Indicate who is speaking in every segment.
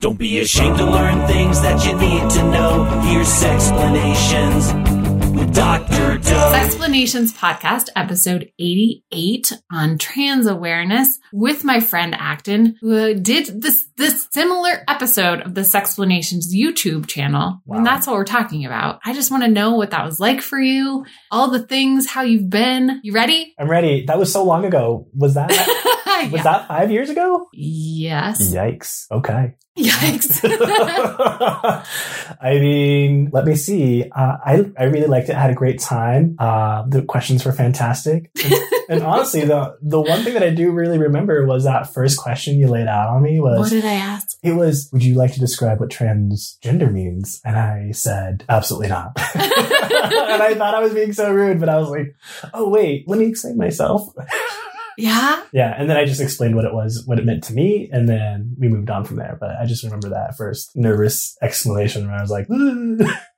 Speaker 1: Don't be ashamed to learn things that you need to know. Here's explanations with Dr. Doe.
Speaker 2: Explanations Podcast, episode 88 on trans awareness with my friend Acton, who did this this similar episode of the Sexplanations YouTube channel.
Speaker 3: Wow.
Speaker 2: And that's what we're talking about. I just want to know what that was like for you, all the things, how you've been. You ready?
Speaker 3: I'm ready. That was so long ago. Was that was
Speaker 2: Yeah.
Speaker 3: that five years ago?
Speaker 2: yes.
Speaker 3: Yikes. Okay.
Speaker 2: Yikes.
Speaker 3: I mean, let me see. Uh, I I really liked it. I had a great time. Uh, the questions were fantastic. And, and honestly, the the one thing that I do really remember was that first question you laid out on me
Speaker 2: what
Speaker 3: was
Speaker 2: did I ask?
Speaker 3: it was Would you like to describe what transgender means? And I said absolutely not. and I thought I was being so rude, but I was like, Oh wait, let me explain myself.
Speaker 2: Yeah.
Speaker 3: Yeah, and then I just explained what it was, what it meant to me, and then we moved on from there. But I just remember that first nervous exclamation where I was like,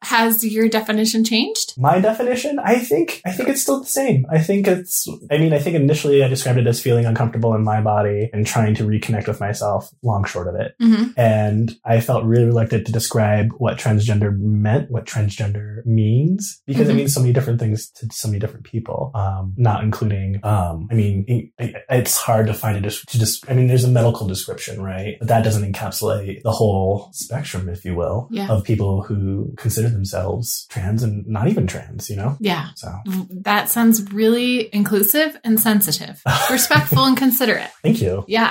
Speaker 2: Has your definition changed?
Speaker 3: "My definition? I think, I think it's still the same. I think it's. I mean, I think initially I described it as feeling uncomfortable in my body and trying to reconnect with myself. Long short of it,
Speaker 2: Mm-hmm.
Speaker 3: and I felt really reluctant to describe what transgender meant, what transgender means, because
Speaker 2: Mhm.
Speaker 3: it means so many different things to so many different people. Um, not including, um, I mean, it, it's hard to find a dis- to just. I mean, there's a medical description, right? But that doesn't encapsulate the whole spectrum, if you will,
Speaker 2: Yeah.
Speaker 3: of people who consider themselves trans and not even trans. You know,
Speaker 2: Yeah.
Speaker 3: so
Speaker 2: That sounds really inclusive and sensitive, respectful and considerate.
Speaker 3: thank you.
Speaker 2: Yeah.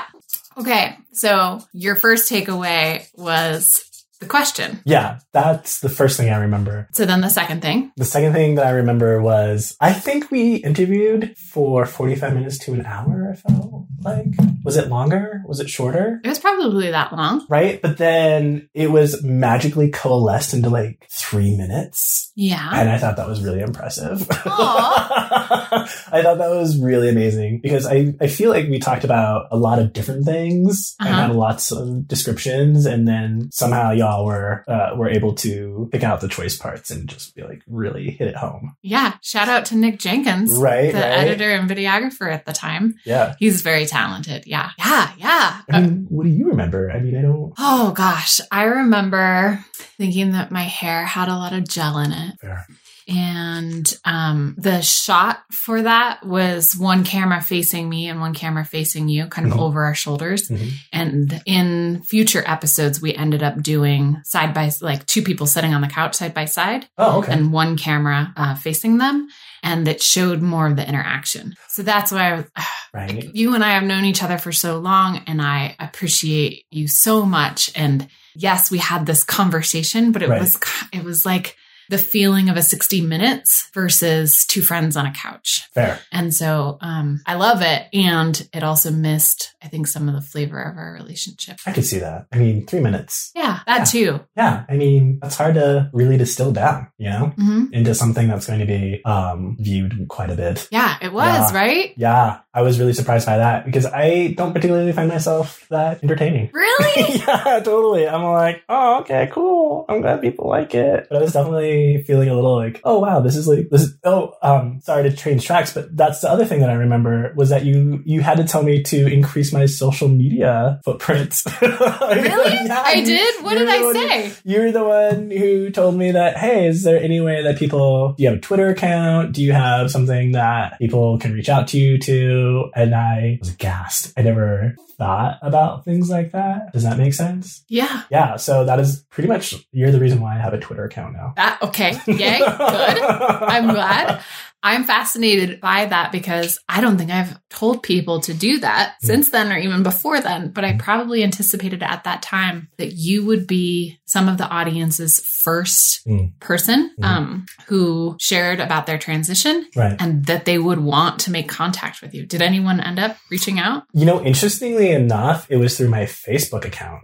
Speaker 2: Okay. So your first takeaway was the question.
Speaker 3: Yeah, that's the first thing I remember.
Speaker 2: So then the second thing.
Speaker 3: The second thing that I remember was I think we interviewed for 45 minutes to an hour, I felt like. Was it longer? Was it shorter?
Speaker 2: It was probably that long.
Speaker 3: Right? But then it was magically coalesced into like three minutes.
Speaker 2: Yeah.
Speaker 3: And I thought that was really impressive.
Speaker 2: Aw.
Speaker 3: I thought that was really amazing because I, I feel like we talked about a lot of different things and
Speaker 2: Uh-huh.
Speaker 3: had lots of descriptions and then somehow y'all were uh, were able to pick out the choice parts and just be like really hit it home.
Speaker 2: Yeah. Shout out to Nick Jenkins,
Speaker 3: Right,
Speaker 2: the
Speaker 3: right.
Speaker 2: editor and videographer at the time.
Speaker 3: Yeah.
Speaker 2: He's very talented. Yeah. Yeah. Yeah.
Speaker 3: I mean, what do you remember? I mean, I don't
Speaker 2: Oh gosh, I remember thinking that my hair had a lot of gel in it.
Speaker 3: Fair.
Speaker 2: And um, the shot for that was one camera facing me and one camera facing you, kind of
Speaker 3: Mhm.
Speaker 2: over our shoulders.
Speaker 3: Mhm.
Speaker 2: And in future episodes, we ended up doing side by like two people sitting on the couch side by side
Speaker 3: Oh, okay.
Speaker 2: and one camera uh, facing them. And it showed more of the interaction. So that's why I was,
Speaker 3: right.
Speaker 2: you and I have known each other for so long, and I appreciate you so much. And yes, we had this conversation, but it
Speaker 3: Right.
Speaker 2: was it was like the feeling of a 60 minutes versus two friends on a couch.
Speaker 3: Fair.
Speaker 2: And so um, I love it. And it also missed, I think, some of the flavor of our relationship.
Speaker 3: I could see that. I mean, three minutes.
Speaker 2: Yeah, that too.
Speaker 3: Yeah. I mean, that's hard to really distill down, you know,
Speaker 2: hmm
Speaker 3: into something that's going to be um, viewed quite a bit.
Speaker 2: Yeah, it was,
Speaker 3: Yeah.
Speaker 2: right?
Speaker 3: Yeah. I was really surprised by that because I don't particularly find myself that entertaining.
Speaker 2: Really?
Speaker 3: yeah, totally. I'm like, oh, okay, cool. I'm glad people like it. But I was definitely feeling a little like, oh wow, this is like this. Is, oh, um, sorry to change tracks, but that's the other thing that I remember was that you you had to tell me to increase my social media footprints.
Speaker 2: really? I did? What did I say?
Speaker 3: You're the one who told me that, hey, is there any way that people, do you have a Twitter account? Do you have something that people can reach out to you to? And I was aghast. I never thought about things like that. Does that make sense?
Speaker 2: Yeah.
Speaker 3: Yeah. So that is pretty much, you're the reason why I have a Twitter account now.
Speaker 2: That, okay. Yay. Good. I'm glad. I'm fascinated by that because I don't think I've told people to do that
Speaker 3: Hmm.
Speaker 2: since then or even before then, but I probably anticipated at that time that you would be some of the audience's first
Speaker 3: Mm.
Speaker 2: person
Speaker 3: Mhm.
Speaker 2: um, who shared about their transition
Speaker 3: Right.
Speaker 2: and that they would want to make contact with you. Did anyone end up reaching out?
Speaker 3: You know, interestingly enough, it was through my Facebook account.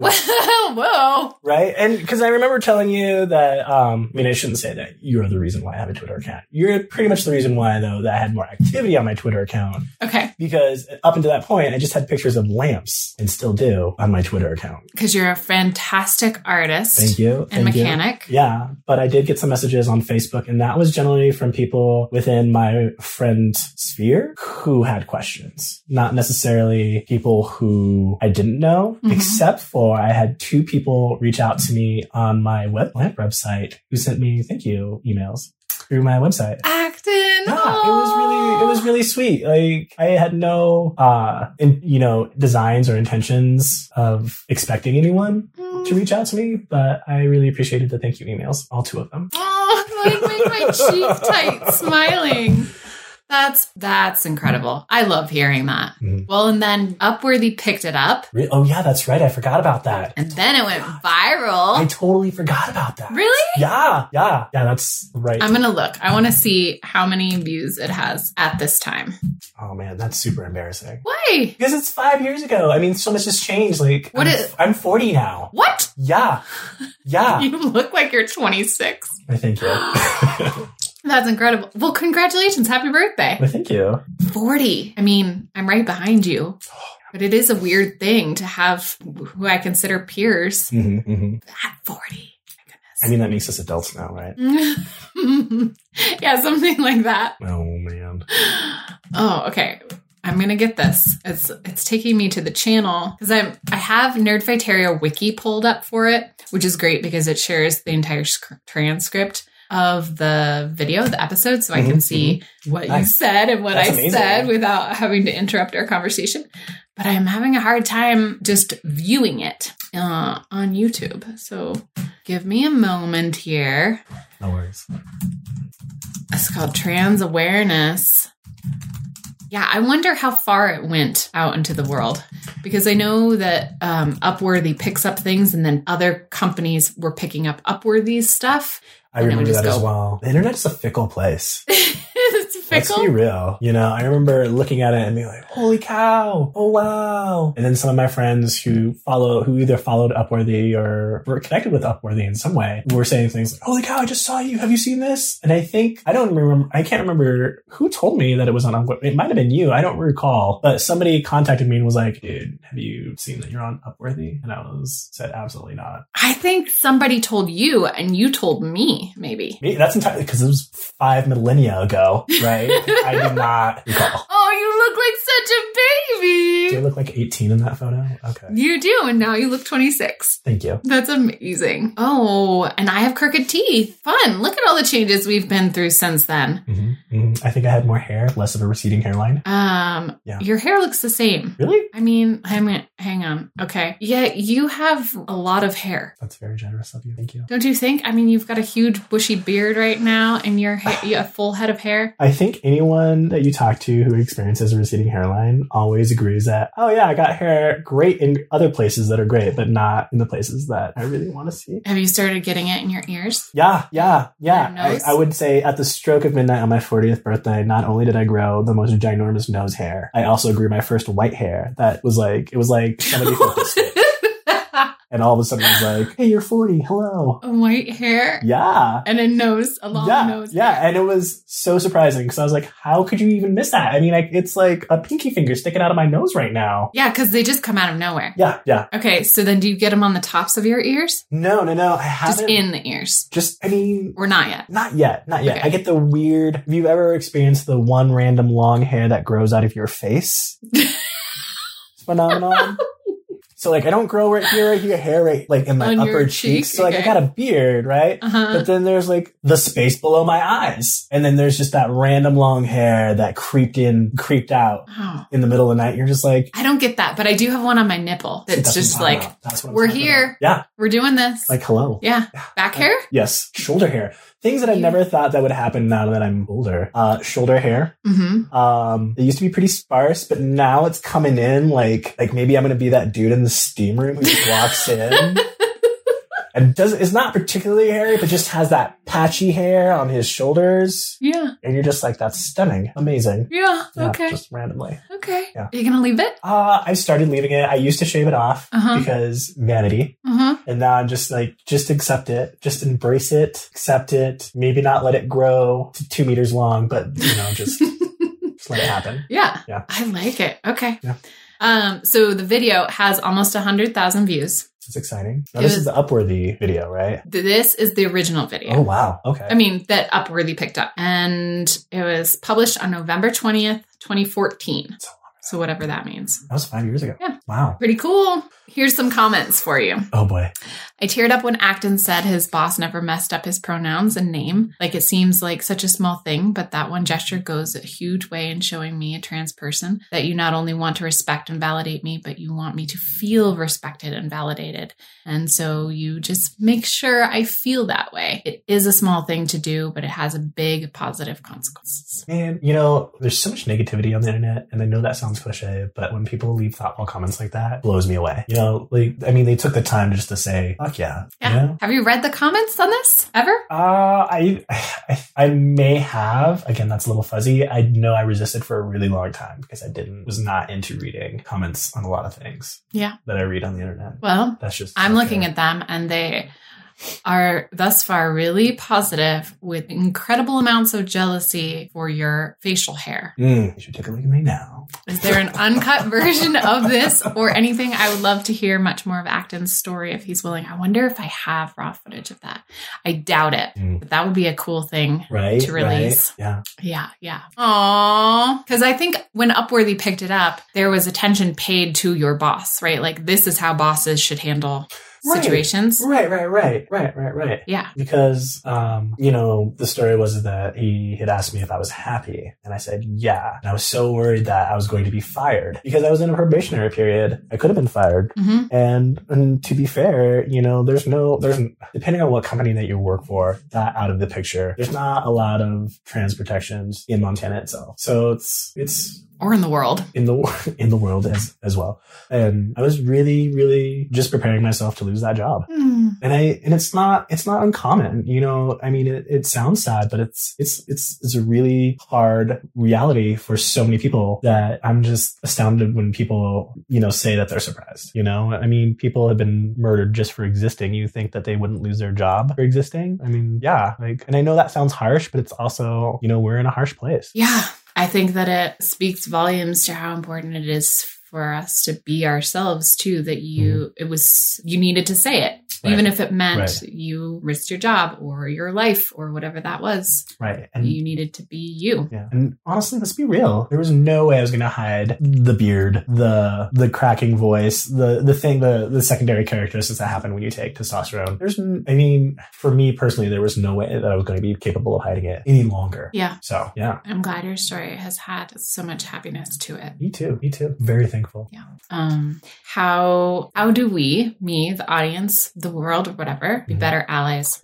Speaker 2: Whoa.
Speaker 3: right? And because I remember telling you that, um, I mean, I shouldn't say that you're the reason why I have a Twitter account. You're pretty much the reason reason why though that I had more activity on my Twitter account
Speaker 2: Okay.
Speaker 3: because up until that point I just had pictures of lamps and still do on my Twitter account.
Speaker 2: Because you're a fantastic artist
Speaker 3: Thank you.
Speaker 2: and
Speaker 3: Thank you.
Speaker 2: mechanic.
Speaker 3: Yeah, but I did get some messages on Facebook, and that was generally from people within my friend sphere who had questions, not necessarily people who I didn't know,
Speaker 2: Mhm.
Speaker 3: except for I had two people reach out to me on my web lamp website who sent me thank you emails through my website.
Speaker 2: Acting.
Speaker 3: Yeah, it was really it was really sweet. Like I had no uh in, you know designs or intentions of expecting anyone to reach out to me, but I really appreciated the thank you emails, all two of them.
Speaker 2: Oh, like make my cheek tight, smiling. That's that's incredible. I love hearing that.
Speaker 3: Mhm.
Speaker 2: Well, and then Upworthy picked it up,
Speaker 3: Re- oh yeah, that's right. I forgot about that.
Speaker 2: and then it went
Speaker 3: I
Speaker 2: viral.
Speaker 3: totally forgot about that.
Speaker 2: Really?
Speaker 3: Yeah, yeah, yeah. That's right.
Speaker 2: I'm gonna look. I want to see how many views it has at this time.
Speaker 3: oh man, that's super embarrassing.
Speaker 2: Why?
Speaker 3: Because it's five years ago. I mean, so much has changed. Like,
Speaker 2: What
Speaker 3: I'm,
Speaker 2: is-
Speaker 3: I'm 40 now.
Speaker 2: What?
Speaker 3: Yeah, yeah.
Speaker 2: You look like you're 26.
Speaker 3: I thank you. I
Speaker 2: That's incredible. Well, congratulations. Happy birthday.
Speaker 3: thank you.
Speaker 2: 40. I mean, I'm right behind you. But it is a weird thing to have who I consider peers
Speaker 3: hmm hmm
Speaker 2: at 40.
Speaker 3: I mean, that makes us adults now, right?
Speaker 2: Mm. yeah, something like that.
Speaker 3: Oh man.
Speaker 2: Oh, okay. I'm gonna get this. It's it's taking me to the channel because I'm I have Nerdfighteria wiki pulled up for it, which is great because it shares the entire sc- transcript of the video, the episode, so I can
Speaker 3: Mhm,
Speaker 2: see what you
Speaker 3: Nice.
Speaker 2: said and what
Speaker 3: That's
Speaker 2: I
Speaker 3: amazing.
Speaker 2: said without having to interrupt our conversation. But I'm having a hard time just viewing it uh, on YouTube. So give me a moment here.
Speaker 3: No worries.
Speaker 2: It's called trans awareness. Yeah, I wonder how far it went out into the world because I know that um, Upworthy picks up things and then other companies were picking up Upworthy's stuff.
Speaker 3: I
Speaker 2: And it would
Speaker 3: remember
Speaker 2: just
Speaker 3: that as
Speaker 2: go-
Speaker 3: well. The internet's a fickle place.
Speaker 2: it's
Speaker 3: Let's be
Speaker 2: fickle.
Speaker 3: real. You know, I remember looking at it and being like, holy cow. Oh, wow. And then some of my friends who follow, who either followed Upworthy or were connected with Upworthy in some way were saying things like, holy cow, I just saw you. Have you seen this? And I think, I don't remember, I can't remember who told me that it was on Upworthy. It might have been you. I don't recall, but somebody contacted me and was like, dude, have you seen that you're on Upworthy? And I was said, absolutely not.
Speaker 2: I think somebody told you and you told me, maybe.
Speaker 3: Me, that's entirely because it was five millennia ago, right? I do not recall.
Speaker 2: Oh, you look like such a
Speaker 3: Do I
Speaker 2: baby.
Speaker 3: look like 18 in that photo? Okay.
Speaker 2: You do, and now you look 26.
Speaker 3: Thank you.
Speaker 2: That's amazing. Oh, and I have crooked teeth. Fun. Look at all the changes we've been through since then.
Speaker 3: hmm I think I had more hair, less of a receding hairline.
Speaker 2: Um,
Speaker 3: Yeah.
Speaker 2: your hair looks the same.
Speaker 3: Really?
Speaker 2: I mean, hang on, hang on. Okay. Yeah, you have a lot of hair.
Speaker 3: That's very generous of you. Thank you.
Speaker 2: Don't you think? I mean, you've got a huge bushy beard right now, and your ha- you have a full head of hair.
Speaker 3: I think anyone that you talk to who experiences a receding hairline always agrees that, oh yeah, I got hair great in other places that are great, but not in the places that I really want to see.
Speaker 2: Have you started getting it in your ears?
Speaker 3: Yeah, yeah, yeah.
Speaker 2: Your
Speaker 3: I,
Speaker 2: nose?
Speaker 3: I would say at the stroke of midnight on my 40th birthday, not only did I grow the most ginormous nose hair, I also grew my first white hair. That was like, it was like somebody flipped a switch. And all of a sudden I was like, hey, you're 40. Hello.
Speaker 2: White hair
Speaker 3: Yeah.
Speaker 2: and a nose, a long
Speaker 3: yeah,
Speaker 2: nose.
Speaker 3: yeah, and it was so surprising because I was like, "How could you even miss that?" I mean, like, it's like a pinky finger sticking out of my nose right now.
Speaker 2: yeah, because they just come out of nowhere.
Speaker 3: Yeah, yeah.
Speaker 2: Okay, so then do you get them on the tops of your ears?
Speaker 3: No, no, no. I haven't.
Speaker 2: Just in the ears.
Speaker 3: Just, I mean,
Speaker 2: Or not yet.
Speaker 3: not yet, not yet.
Speaker 2: Okay.
Speaker 3: I get the weird. Have you ever experienced the one random long hair that grows out of your face? Phenomenon. So like, I don't grow right here, right here, hair right like in my
Speaker 2: On your
Speaker 3: upper
Speaker 2: cheek,
Speaker 3: cheeks. So like,
Speaker 2: okay.
Speaker 3: I got a beard, right?
Speaker 2: Uh-huh.
Speaker 3: But then there's like the space below my eyes. And then there's just that random long hair that creeped in, creeped out
Speaker 2: Oh,
Speaker 3: in the middle of the night. You're just like,
Speaker 2: I don't get that, but I do have one on my nipple
Speaker 3: "That's
Speaker 2: that's
Speaker 3: what I'm
Speaker 2: just
Speaker 3: talking
Speaker 2: like,
Speaker 3: about. That's what I'm
Speaker 2: we're
Speaker 3: talking
Speaker 2: here.
Speaker 3: about." Yeah.
Speaker 2: we're doing this.
Speaker 3: Like, hello.
Speaker 2: yeah. Back hair?
Speaker 3: Yes. Shoulder hair. Things that I
Speaker 2: Yeah.
Speaker 3: never thought that would happen now that I'm older. Uh, shoulder hair.
Speaker 2: Mm-hmm.
Speaker 3: Um, it used to be pretty sparse, but now it's coming in like, like maybe I'm going to be that dude in the steam room who just walks in. And and does is not particularly hairy, but just has that patchy hair on his shoulders.
Speaker 2: Yeah.
Speaker 3: And you're just like, that's stunning, amazing.
Speaker 2: Yeah.
Speaker 3: Yeah,
Speaker 2: okay.
Speaker 3: Just randomly.
Speaker 2: okay.
Speaker 3: yeah.
Speaker 2: Are you gonna leave it?
Speaker 3: Uh, I started leaving it. I used to shave it off
Speaker 2: Uh-huh.
Speaker 3: because vanity.
Speaker 2: Uh huh.
Speaker 3: And now I'm just like, just accept it, just embrace it, accept it, maybe not let it grow to two meters long, but you know, just, just let it happen.
Speaker 2: Yeah.
Speaker 3: Yeah.
Speaker 2: I like it. Okay.
Speaker 3: Yeah.
Speaker 2: Um. So the video has almost a hundred thousand views.
Speaker 3: It's exciting. Now,
Speaker 2: It
Speaker 3: this
Speaker 2: was-
Speaker 3: is the Upworthy video, right?
Speaker 2: Th- This is the original video.
Speaker 3: Oh, wow. Okay.
Speaker 2: I mean, that Upworthy picked up. And it was published on November 20th, 2014.
Speaker 3: So long
Speaker 2: So, whatever that means.
Speaker 3: that was five years ago.
Speaker 2: Yeah.
Speaker 3: Wow.
Speaker 2: Pretty cool. Here's some comments for you.
Speaker 3: Oh, boy.
Speaker 2: I teared up when Acton said his boss never messed up his pronouns and name. Like it seems like such a small thing, but that one gesture goes a huge way in showing me a trans person that you not only want to respect and validate me, but you want me to feel respected and validated. And so you just make sure I feel that way. It is a small thing to do, but it has a big positive consequence.
Speaker 3: Man, you know, there's so much negativity on the internet, and I know that sounds cliche, but when people leave thoughtful comments like that, it blows me away. You know, like, I mean, they took the time just to say, fuck yeah.
Speaker 2: Yeah.
Speaker 3: You know?
Speaker 2: Have you read the comments on this ever?
Speaker 3: Uh, I, I I may have. Again, that's a little fuzzy. I know I resisted for a really long time because I didn't was not into reading comments on a lot of things.
Speaker 2: Yeah.
Speaker 3: That I read on the internet.
Speaker 2: Well,
Speaker 3: That's just
Speaker 2: I'm looking
Speaker 3: okay.
Speaker 2: at them and they are thus far really positive with incredible amounts of jealousy for your facial hair.
Speaker 3: Mm, you should take a look at me now.
Speaker 2: Is there an uncut version of this or anything? I would love to hear much more of Acton's story if he's willing. I wonder if I have raw footage of that. I doubt it,
Speaker 3: Mm.
Speaker 2: but that would be a cool thing.
Speaker 3: Right.
Speaker 2: To release.
Speaker 3: Right? Yeah.
Speaker 2: Yeah, yeah. Aww. Because I think when Upworthy picked it up, there was attention paid to your boss, right? Like, this is how bosses should handle
Speaker 3: Right.
Speaker 2: situations.
Speaker 3: Right. Right. Right. Right. Right. Right.
Speaker 2: Yeah.
Speaker 3: Because, um, you know, the story was that he had asked me if I was happy, and I said, yeah. And I was so worried that I was going to be fired because I was in a probationary period. I could have been fired.
Speaker 2: hmm
Speaker 3: And, and to be fair, you know, there's no, there's, depending on what company that you work for, that out of the picture, there's not a lot of trans protections in Montana itself. So it's, it's
Speaker 2: Or in the world.
Speaker 3: in the, wor- in the world as, as well. And I was really, really just preparing myself to lose that job. And I, and it's not, it's not uncommon, you know, I mean, it, it sounds sad, but it's, it's, it's, it's a really hard reality for so many people that I'm just astounded when people, you know, say that they're surprised, you know, I mean, people have been murdered just for existing. You think that they wouldn't lose their job for existing. I mean, yeah, like, and I know that sounds harsh, but it's also, you know, we're in a harsh place.
Speaker 2: Yeah. I think that it speaks volumes to how important it is for us to be ourselves too that you it was you needed to say it
Speaker 3: Mm-hmm. Right.
Speaker 2: even if it meant
Speaker 3: Right.
Speaker 2: you risked your job or your life or whatever that was
Speaker 3: Right. And
Speaker 2: you needed to be you
Speaker 3: Yeah. And honestly, let's be real. There was no way I was gonna hide the beard, the the cracking voice, the the thing, the the secondary characteristics that happen when you take testosterone. There's, n- I mean, for me personally, there was no way that I was going to be capable of hiding it any longer.
Speaker 2: yeah
Speaker 3: So yeah,
Speaker 2: i'm glad your story has had so much happiness to it
Speaker 3: me too. Me too. Very thankful.
Speaker 2: um how how do we me the audience the world or whatever be
Speaker 3: Mhm.
Speaker 2: better allies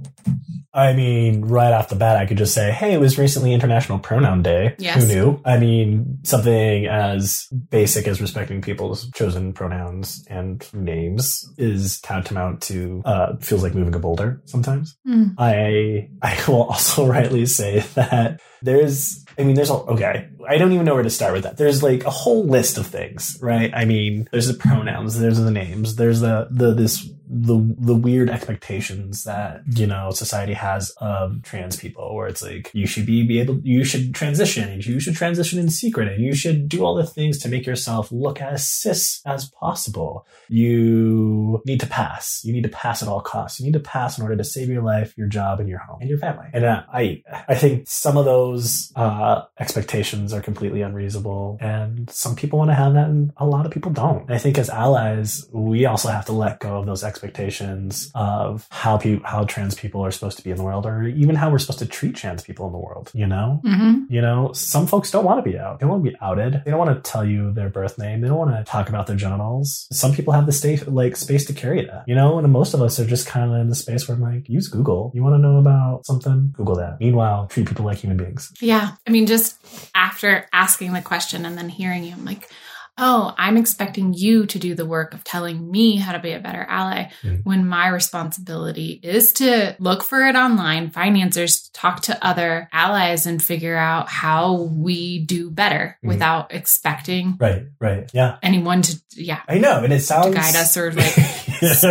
Speaker 3: I mean, right off the bat, I could just say, hey, it was recently International Pronoun Day.
Speaker 2: Yes.
Speaker 3: Who knew? I mean, something as basic as respecting people's chosen pronouns and names is tantamount to uh, feels like moving a boulder sometimes.
Speaker 2: Hmm.
Speaker 3: I I will also rightly say that there's I mean there's a okay I don't even know where to start with that there's like a whole list of things right I mean there's the pronouns there's the names there's the the this the the weird expectations that you know society has of trans people where it's like you should be, be able you should transition and you should transition in secret and you should do all the things to make yourself look as cis as possible you need to pass. You need to pass at all costs. You need to pass in order to save your life, your job, and your home and your family. And uh, I, I think some of those uh, expectations are completely unreasonable, and some people want to have that, and a lot of people don't. And I think as allies, we also have to let go of those expectations of how pe- how trans people are supposed to be in the world, or even how we're supposed to treat trans people in the world. You know,
Speaker 2: hmm
Speaker 3: you know, some folks don't want to be out. They don't want to be outed. They don't want to tell you their birth name. They don't want to talk about their genitals. Some people have the state like space to carry that, you know. And most of us are just kind of in the space where I'm like, use Google. You want to know about something? Google that. Meanwhile, treat people like human beings.
Speaker 2: Yeah. I mean, just after asking the question and then hearing you, I'm like, oh, I'm expecting you to do the work of telling me how to be a better ally
Speaker 3: Mm.
Speaker 2: when my responsibility is to look for it online, find answers, talk to other allies, and figure out how we do better
Speaker 3: Mhm.
Speaker 2: without expecting
Speaker 3: Right, right. Yeah.
Speaker 2: anyone to, yeah,
Speaker 3: I know. And it sounds
Speaker 2: to guide us or like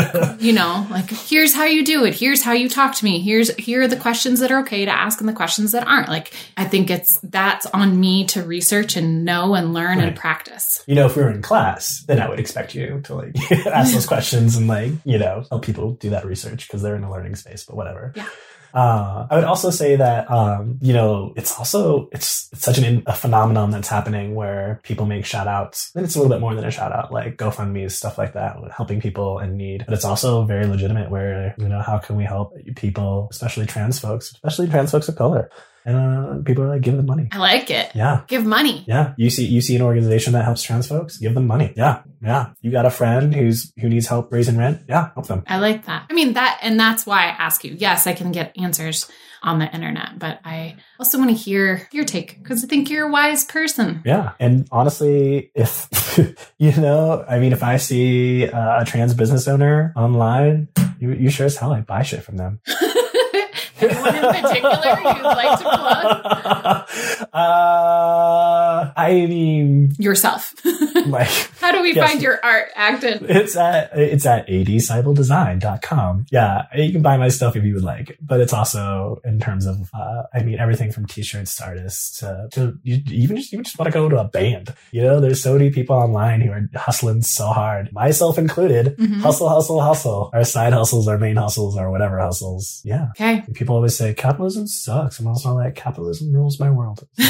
Speaker 2: you know like here's how you do it here's how you talk to me here's here are the questions that are okay to ask and the questions that aren't like i think it's that's on me to research and know and learn
Speaker 3: Right.
Speaker 2: and practice
Speaker 3: you know, if we were in class, then I would expect you to like ask those questions and like, you know, help people do that research because they're in a learning space, but whatever.
Speaker 2: Yeah.
Speaker 3: Uh, I would also say that, um, you know, it's also, it's, it's such an, in- a phenomenon that's happening where people make shout outs and it's a little bit more than a shout out, like GoFundMe's, stuff like that, helping people in need. But it's also very legitimate where, you know, how can we help people, especially trans folks, especially trans folks of color? And uh, people are like, give them money.
Speaker 2: i like it
Speaker 3: Yeah.
Speaker 2: give money
Speaker 3: Yeah, you see, you see an organization that helps trans folks, give them money. Yeah, yeah. You got a friend who's who needs help raising rent. Yeah, help them.
Speaker 2: i like that i mean that and that's why i ask you yes i can get answers on the internet but i also want to hear your take because i think you're a wise person
Speaker 3: Yeah, and honestly, if you know, I mean, if I see uh, a trans business owner online, you, you sure as hell I buy shit from them.
Speaker 2: anyone in particular you'd like to plug
Speaker 3: Uh, I mean,
Speaker 2: yourself
Speaker 3: like.
Speaker 2: how do we
Speaker 3: Yes.
Speaker 2: find your art acted
Speaker 3: It's at it's at adsibledesign.com. Yeah, you can buy my stuff if you would like, but it's also in terms of uh, I mean everything from t-shirts to artists to, to you, even just you just want to go to a band. You know, there's so many people online who are hustling so hard, myself
Speaker 2: Mm-hmm.
Speaker 3: included. Hustle, hustle, hustle. Our side hustles, our main hustles, our whatever hustles. Yeah.
Speaker 2: okay
Speaker 3: And people always say capitalism sucks. I'm also like capitalism rules my world. So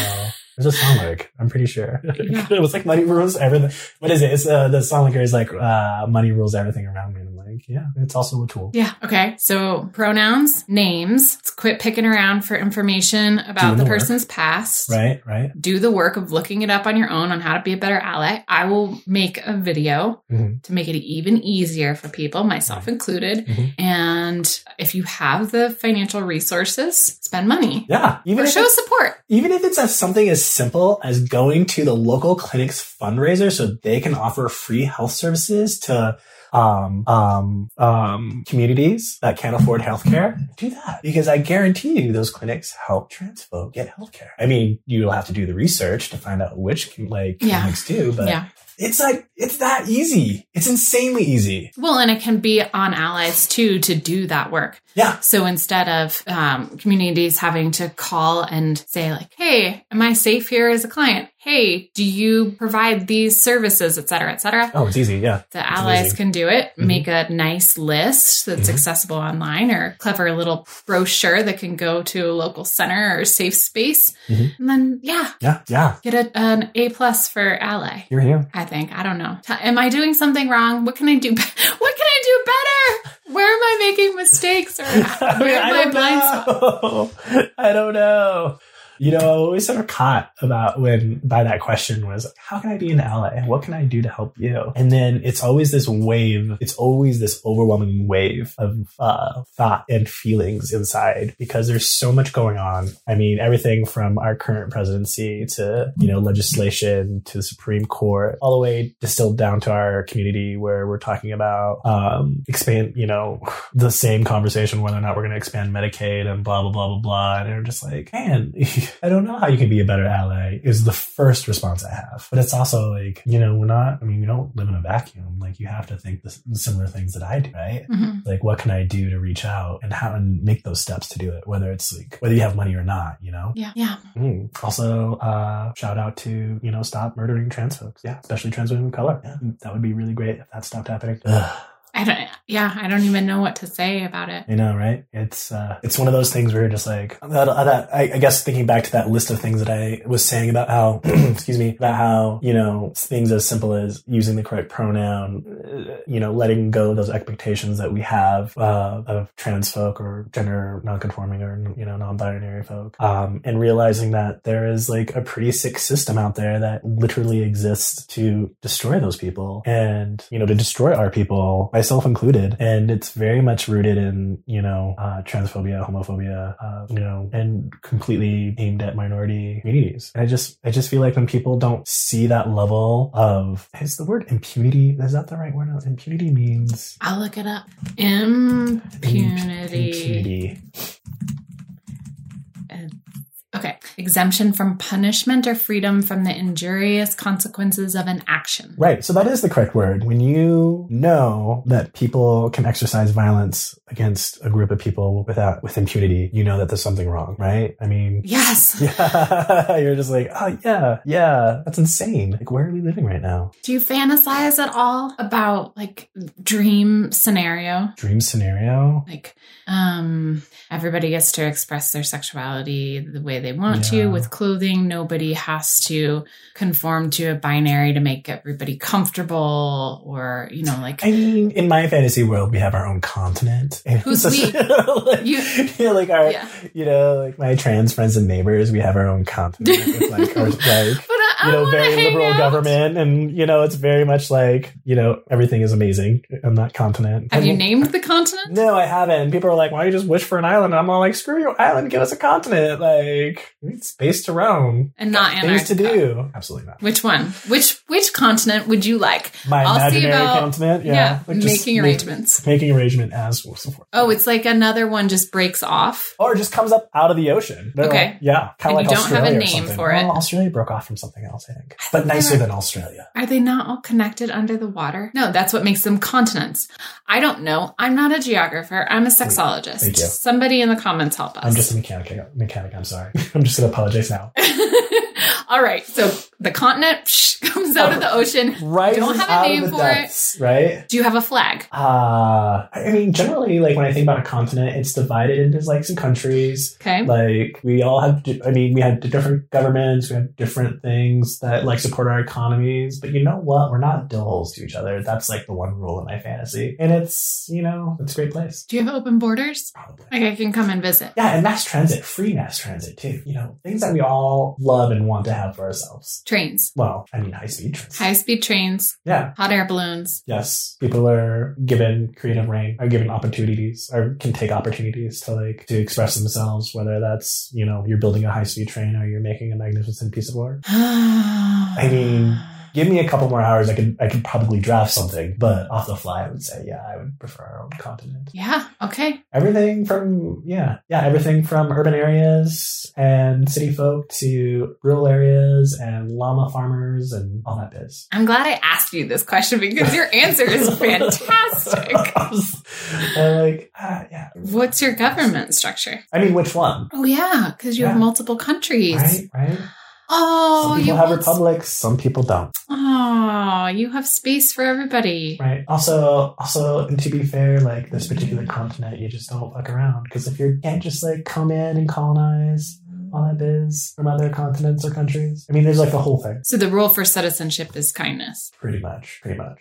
Speaker 3: there's a song lyric. I'm pretty sure
Speaker 2: Yeah.
Speaker 3: it was like money rules everything. What is it? It's uh, the song lyric is like uh, money rules everything around me. And I'm like, yeah, it's also a tool.
Speaker 2: Yeah. Okay. So pronouns, names. Let's quit picking around for information about
Speaker 3: Doing
Speaker 2: the
Speaker 3: the work.
Speaker 2: person's past.
Speaker 3: Right, right.
Speaker 2: Do the work of looking it up on your own on how to be a better ally. I will make a video
Speaker 3: Mhm.
Speaker 2: to make it even easier for people, myself included.
Speaker 3: Mhm.
Speaker 2: And if you have the financial resources, spend money
Speaker 3: Yeah, even
Speaker 2: or
Speaker 3: if
Speaker 2: show support.
Speaker 3: even if it's as something as simple as going to the local clinic's fundraiser so they can offer free health services to um, um, um, communities that can't afford healthcare, do that because I guarantee you those clinics help trans folk get healthcare. I mean, you'll have to do the research to find out which like
Speaker 2: Yeah.
Speaker 3: clinics do, but
Speaker 2: Yeah.
Speaker 3: it's like it's that easy. It's insanely easy.
Speaker 2: Well, and it can be on allies too to do that work.
Speaker 3: Yeah.
Speaker 2: So instead of um, communities having to call and say, like, hey, am I safe here as a client? Hey, do you provide these services, et cetera, et cetera?
Speaker 3: Oh, it's easy. Yeah.
Speaker 2: The allies
Speaker 3: amazing.
Speaker 2: can do it.
Speaker 3: Mhm.
Speaker 2: Make a nice list that's
Speaker 3: Mhm.
Speaker 2: accessible online or clever little brochure that can go to a local center or safe space.
Speaker 3: Mhm.
Speaker 2: And then, yeah,
Speaker 3: Yeah. Yeah.
Speaker 2: get a, an A plus for ally.
Speaker 3: You're here.
Speaker 2: I think. I don't know. T- Am I doing something wrong? What can I do? What can I do better? Where am I making mistakes? Or
Speaker 3: I mean,
Speaker 2: where
Speaker 3: I
Speaker 2: am I
Speaker 3: don't
Speaker 2: blind spot?
Speaker 3: know. I don't know. You know, I always sort of caught about when by that question was, how can I be an ally? What can I do to help you? And then it's always this wave. It's always this overwhelming wave of uh, thought and feelings inside because there's so much going on. I mean, everything from our current presidency to, you know, legislation to the Supreme Court, all the way distilled down to our community where we're talking about um, expand, you know, the same conversation whether or not we're going to expand Medicaid and blah blah blah blah blah, and they're just like, man, I don't know how you can be a better ally. Is the first response I have, but it's also like, you know, we're not. I mean, we don't live in a vacuum. Like, you have to think the, s- similar things that I do, right?
Speaker 2: Mhm.
Speaker 3: Like, what can I do to reach out and how and make those steps to do it? Whether it's like whether you have money or not, you know.
Speaker 2: Yeah, yeah.
Speaker 3: Mm. Also, uh, shout out to you know, stop murdering trans folks. Yeah, especially trans women of color. Yeah, that would be really great if that stopped happening. Ugh.
Speaker 2: I don't. Yeah, I don't even know what to say about it.
Speaker 3: You know, right? It's uh, it's one of those things where you're just like uh, that. that I, I guess thinking back to that list of things that I was saying about how, excuse me, about how you know things as simple as using the correct pronoun, uh, you know, letting go of those expectations that we have uh, of trans folk or gender nonconforming or you know non-binary folk, um, and realizing that there is like a pretty sick system out there that literally exists to destroy those people and you know to destroy our people, myself included rooted, and it's very much rooted in you know uh, transphobia, homophobia, uh, you know, and completely aimed at minority communities. And I just I just feel like when people don't see that level of is the word impunity is that the right word? Impunity means
Speaker 2: I'll look it up. Impunity.
Speaker 3: impunity.
Speaker 2: Okay. Exemption from punishment or freedom from the injurious consequences of an action.
Speaker 3: Right. So that is the correct word. When you know that people can exercise violence against a group of people without with impunity, you know that there's something wrong, right? I mean,
Speaker 2: Yes.
Speaker 3: yeah, you're just like, oh yeah, yeah, that's insane. Like, where are we living right now?
Speaker 2: Do you fantasize at all about like dream scenario?
Speaker 3: Dream scenario.
Speaker 2: Like, um, everybody gets to express their sexuality the way they want
Speaker 3: Yeah.
Speaker 2: to with clothing. Nobody has to conform to a binary to make everybody comfortable or, you know, like
Speaker 3: I mean, in my fantasy world, we have our own continent. And
Speaker 2: Who's
Speaker 3: it's
Speaker 2: we?
Speaker 3: like,
Speaker 2: You-
Speaker 3: yeah, like our,
Speaker 2: Yeah.
Speaker 3: you know, like my trans friends and neighbors, we have our own continent. with like, our, like
Speaker 2: But I, I
Speaker 3: you know,
Speaker 2: wanna
Speaker 3: very
Speaker 2: hang
Speaker 3: liberal
Speaker 2: out.
Speaker 3: government, and you know, it's very much like you know, everything is amazing on that continent.
Speaker 2: Have
Speaker 3: And-
Speaker 2: you named the continent?
Speaker 3: No, I haven't. People are like, "Why don't you just wish for an island?" And I'm all like, "Screw your island, give us a continent. Like, we need space to roam,
Speaker 2: And not
Speaker 3: things to
Speaker 2: Antarctica.
Speaker 3: do." Absolutely not.
Speaker 2: Which one? Which which continent would you like?
Speaker 3: My
Speaker 2: I'll see
Speaker 3: imaginary
Speaker 2: about-
Speaker 3: continent.
Speaker 2: Yeah,
Speaker 3: Yeah, Like, just
Speaker 2: making
Speaker 3: make-
Speaker 2: arrangements.
Speaker 3: making arrangement as was before.
Speaker 2: Oh, it's like another one just breaks off.
Speaker 3: Or it just comes up out of the ocean. They're
Speaker 2: Okay.
Speaker 3: like- yeah. Kind
Speaker 2: And
Speaker 3: of like
Speaker 2: you don't have a
Speaker 3: Australia or
Speaker 2: name
Speaker 3: something.
Speaker 2: for it.
Speaker 3: Well, Australia broke off from something else, I think. But nicer
Speaker 2: were-
Speaker 3: than Australia.
Speaker 2: Are they not all connected under the water? No, that's what makes them continents. I don't know. I'm not a geographer. I'm a sexologist.
Speaker 3: Thank you.
Speaker 2: Somebody in the comments help us.
Speaker 3: I'm just a mechanic. Mechanic. I'm sorry. I'm just gonna apologize now.
Speaker 2: all right. So the continent psh, comes out of the ocean.
Speaker 3: Right.
Speaker 2: Don't have a
Speaker 3: out
Speaker 2: name
Speaker 3: of the
Speaker 2: for it.
Speaker 3: depths, Right.
Speaker 2: Do you have a flag?
Speaker 3: Uh, I mean, generally, like when I think about a continent, it's divided into like some countries.
Speaker 2: Okay.
Speaker 3: Like we all have, di- I mean, we have different governments, we have different things that like support our economies. But you know what? We're not dills to each other. That's like the one rule in my fantasy, and it's you know, it's a great place.
Speaker 2: Do you have open borders?
Speaker 3: Probably.
Speaker 2: Like I can come and visit.
Speaker 3: Yeah, and mass transit, free mass transit too. You know, things that we all love and want to have for ourselves.
Speaker 2: Trains,
Speaker 3: Well, I mean, high speed transit.
Speaker 2: high speed trains,
Speaker 3: yeah,
Speaker 2: hot air balloons.
Speaker 3: Yes, people are given creative reign, are given opportunities, or can take opportunities to like to express themselves. Whether that's you know you're building a high speed train or you're making a magnificent piece of art.
Speaker 2: I
Speaker 3: mean, Give me a couple more hours, I could I could probably draft something. But off the fly, I would say yeah, I would prefer our own continent.
Speaker 2: yeah, okay.
Speaker 3: Everything from yeah yeah everything from urban areas and city folk to rural areas and llama farmers and all that biz.
Speaker 2: I'm glad I asked you this question because your answer is fantastic.
Speaker 3: I'm like ah, yeah.
Speaker 2: What's your government structure?
Speaker 3: I mean, which one?
Speaker 2: Oh yeah, because you have
Speaker 3: Yeah.
Speaker 2: multiple countries.
Speaker 3: Right, right.
Speaker 2: Oh,
Speaker 3: some
Speaker 2: you
Speaker 3: people have
Speaker 2: want-
Speaker 3: republics, some people don't.
Speaker 2: Oh, you have space for everybody.
Speaker 3: Right. Also, also, and to be fair, like this particular continent, you just don't fuck around because if you can't just like come in and colonize all that biz from other continents or countries, I mean, there's like the whole thing.
Speaker 2: So the rule for citizenship is kindness.
Speaker 3: Pretty much, pretty much.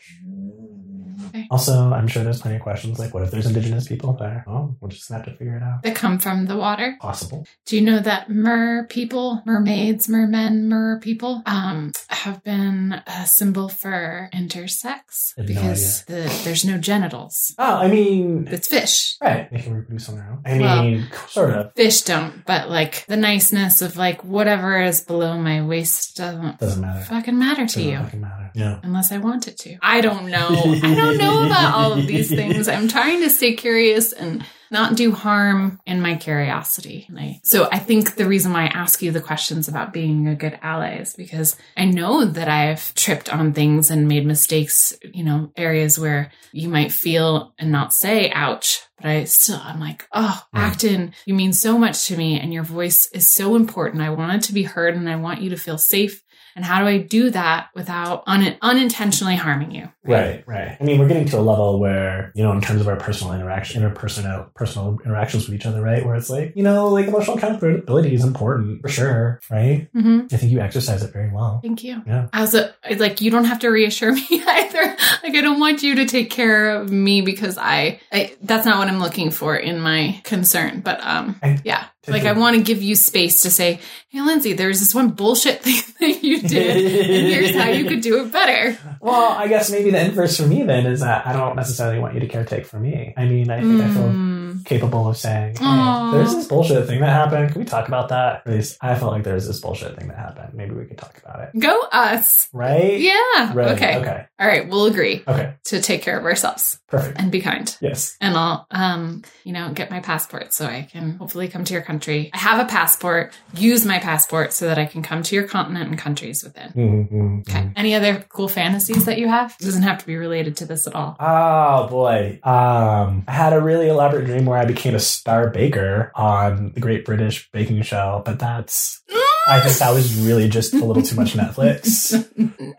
Speaker 2: Okay.
Speaker 3: Also, I'm sure there's plenty of questions like, what if there's indigenous people there? Oh, we'll just have to figure it out.
Speaker 2: That come from the water.
Speaker 3: Possible.
Speaker 2: Do you know that mer people, mermaids, mermen, mer people, um, have been a symbol for intersex
Speaker 3: I have no
Speaker 2: because the, there's no genitals.
Speaker 3: Oh, I mean,
Speaker 2: It's fish.
Speaker 3: right. They can reproduce on their own. I
Speaker 2: Well-
Speaker 3: mean, sort of.
Speaker 2: Fish don't, but like the niceness of like whatever is below my waist doesn't
Speaker 3: Doesn't matter.
Speaker 2: fucking matter to
Speaker 3: Doesn't
Speaker 2: you.
Speaker 3: fucking matter. Yeah.
Speaker 2: Unless I want it to. I don't know. I don't know about all of these things. I'm trying to stay curious and not do harm in my curiosity. And I- So I think the reason why I ask you the questions about being a good ally is because I know that I've tripped on things and made mistakes, you know, areas where you might feel and not say, ouch. But I still, I'm like, oh,
Speaker 3: Mm.
Speaker 2: Acton, you mean so much to me, and your voice is so important. I want it to be heard, and I want you to feel safe and how do I do that without un- unintentionally harming you?
Speaker 3: Right, right. I mean, we're getting to a level where, you know, in terms of our personal interaction, interpersonal personal interactions with each other, right? Where it's like, you know, like emotional accountability is important for sure, right?
Speaker 2: Mhm.
Speaker 3: I think you exercise it very well.
Speaker 2: Thank you.
Speaker 3: Yeah.
Speaker 2: I was a, I- like, you don't have to reassure me either. Like, I don't want you to take care of me because I, I that's not what I'm looking for in my concern. But um,
Speaker 3: I-
Speaker 2: yeah,
Speaker 3: to
Speaker 2: like
Speaker 3: do.
Speaker 2: I want to give you space to say, "Hey, Lindsay, there's this one bullshit thing that you did, and here's how you could do it better."
Speaker 3: Well, I guess maybe the inverse for me then is that I don't necessarily want you to caretake for me. I mean, I think I feel
Speaker 2: Mm.
Speaker 3: capable of saying, hey,
Speaker 2: Aw.
Speaker 3: there's this bullshit thing that happened. Can we talk about that? At least I felt like there's this bullshit thing that happened. Maybe we could talk about it.
Speaker 2: Hmm. Go us.
Speaker 3: Right?
Speaker 2: Yeah.
Speaker 3: Right.
Speaker 2: Okay.
Speaker 3: Okay.
Speaker 2: All right. We'll agree
Speaker 3: Okay.
Speaker 2: to take care of ourselves
Speaker 3: Perfect.
Speaker 2: and be kind.
Speaker 3: Yes.
Speaker 2: And I'll, um, you know, get my passport so I can hopefully come to your country. I have a passport. Use my passport so that I can come to your continent and countries within.
Speaker 3: Mm-hmm.
Speaker 2: Okay. Any other cool fantasies that you have? It doesn't have to be related to this at all.
Speaker 3: Oh boy. Um, I had a really elaborate dream where I became a star baker on the Great British Baking Show, but that's I think that was really just a little too much Netflix.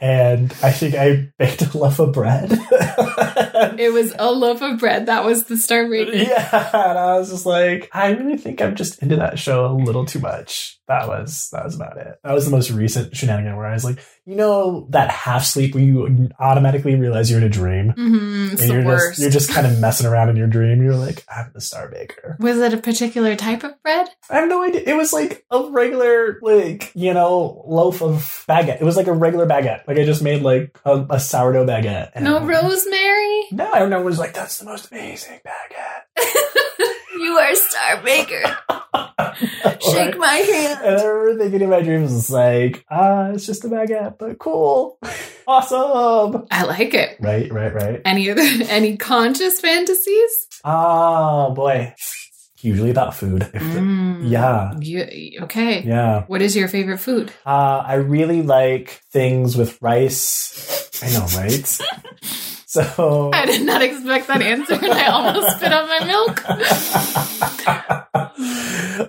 Speaker 3: And I think I baked a loaf of bread.
Speaker 2: It was a loaf of bread. That was the star rating.
Speaker 3: yeah. And I was just like, I really think I'm just into that show a little too much. That was that was about it. That was the most recent shenanigan where I was like, you know that half sleep where you automatically realize you're in a dream?
Speaker 2: hmm it's
Speaker 3: and
Speaker 2: the
Speaker 3: you're
Speaker 2: worst.
Speaker 3: just you're just kind of messing around in your dream. You're like, I'm the star baker.
Speaker 2: was it a particular type of bread?
Speaker 3: I have no idea. It was like a regular, like you know, loaf of baguette. It was like a regular baguette. Like I just made like a, a sourdough baguette. And
Speaker 2: No rosemary?
Speaker 3: No, I don't know. It was like that's the most amazing baguette.
Speaker 2: you are star baker. Shake
Speaker 3: Right?
Speaker 2: my hand.
Speaker 3: And I remember thinking in my dreams, it's like, ah, it's just a baguette, but cool, awesome.
Speaker 2: I like it.
Speaker 3: Right, right, right.
Speaker 2: Any other any conscious fantasies?
Speaker 3: Oh boy, usually about food.
Speaker 2: Mm.
Speaker 3: Yeah.
Speaker 2: You- okay.
Speaker 3: Yeah.
Speaker 2: What is your favorite food?
Speaker 3: Uh, I really like things with rice. I know, right? so
Speaker 2: I did not expect that answer, and I almost spit out my milk.
Speaker 3: Oh. uh,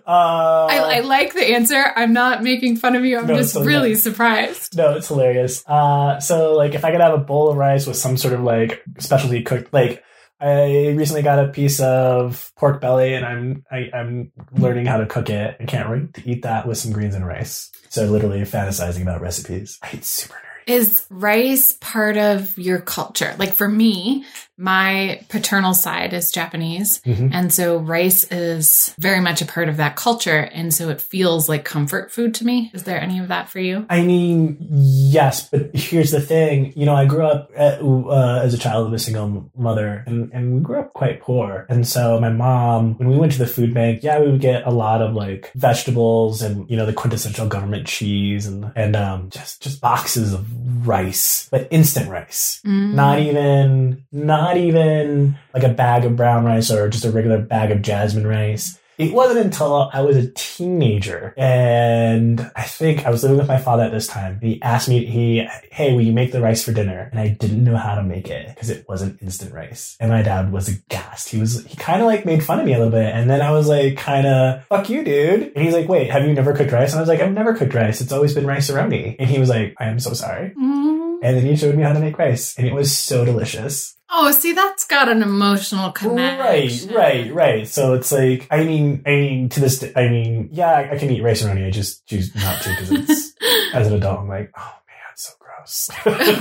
Speaker 2: I, I like the answer. I'm not making fun of you. I'm
Speaker 3: No,
Speaker 2: just
Speaker 3: so
Speaker 2: really
Speaker 3: nice.
Speaker 2: surprised.
Speaker 3: no, it's hilarious. Uh, so like, if I could have a bowl of rice with some sort of like specialty cooked, like I recently got a piece of pork belly, and I'm I, I'm learning how to cook it. I can't wait to eat that with some greens and rice. So literally fantasizing about recipes. I hate super nerdy.
Speaker 2: Is rice part of your culture? Like for me, my paternal side is Japanese.
Speaker 3: Mhm.
Speaker 2: And so rice is very much a part of that culture. And so it feels like comfort food to me. Is there any of that for you?
Speaker 3: I mean, yes, but here's the thing. You know, I grew up at, uh, as a child of a single mother, and, and we grew up quite poor. And so my mom, when we went to the food bank, yeah, we would get a lot of like vegetables and you know the quintessential government cheese and and um, just just boxes of rice, but instant rice.
Speaker 2: Mm.
Speaker 3: Not even, not even like a bag of brown rice or just a regular bag of jasmine rice. It wasn't until I was a teenager and I think I was living with my father at this time. He asked me, he, hey, will you make the rice for dinner? And I didn't know how to make it because it wasn't instant rice. And my dad was aghast. He was, he kind of like made fun of me a little bit. And then I was like, kind of, fuck you, dude. And he's like, wait, have you never cooked rice? And I was like, I've never cooked rice. It's always been rice roni. And he was like, I am so sorry.
Speaker 2: Mm.
Speaker 3: And then he showed me how to make rice, and it was so delicious.
Speaker 2: Oh, see, that's got an emotional connection.
Speaker 3: Right, right, right. So it's like, I mean, I mean, to this, day, I mean, yeah, I, I can eat rice and roni. I just choose not to because it's as an adult, I'm like, oh man, so gross.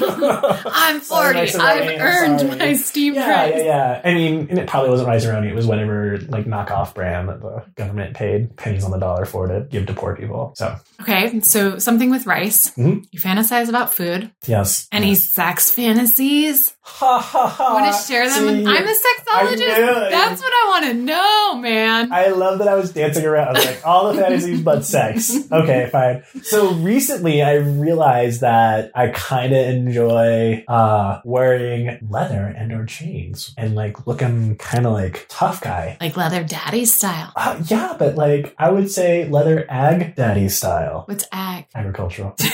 Speaker 2: I'm 40.
Speaker 3: Sorry, Rice
Speaker 2: I've
Speaker 3: Aroni,
Speaker 2: earned
Speaker 3: sorry.
Speaker 2: my steamed
Speaker 3: yeah,
Speaker 2: rice.
Speaker 3: yeah, yeah. I mean, and it probably wasn't rice and roni. It was whatever like knockoff brand that the government paid pennies on the dollar for to give to poor people. So
Speaker 2: Okay, so something with rice.
Speaker 3: Mhm.
Speaker 2: You fantasize about food.
Speaker 3: yes,
Speaker 2: Any sex fantasies?
Speaker 3: Ha ha ha!
Speaker 2: want to share them?
Speaker 3: See?
Speaker 2: with, I'm a sexologist.
Speaker 3: I knew it.
Speaker 2: That's what I want to know, man.
Speaker 3: I love that I was dancing around. I was like, all the fantasies but sex. Okay, fine. So recently I realized that I kind of enjoy uh, wearing leather and or chains and like looking kind of like tough guy.
Speaker 2: like leather daddy style.
Speaker 3: Uh, yeah, but like I would say leather ag daddy style.
Speaker 2: What's ag?
Speaker 3: Agricultural.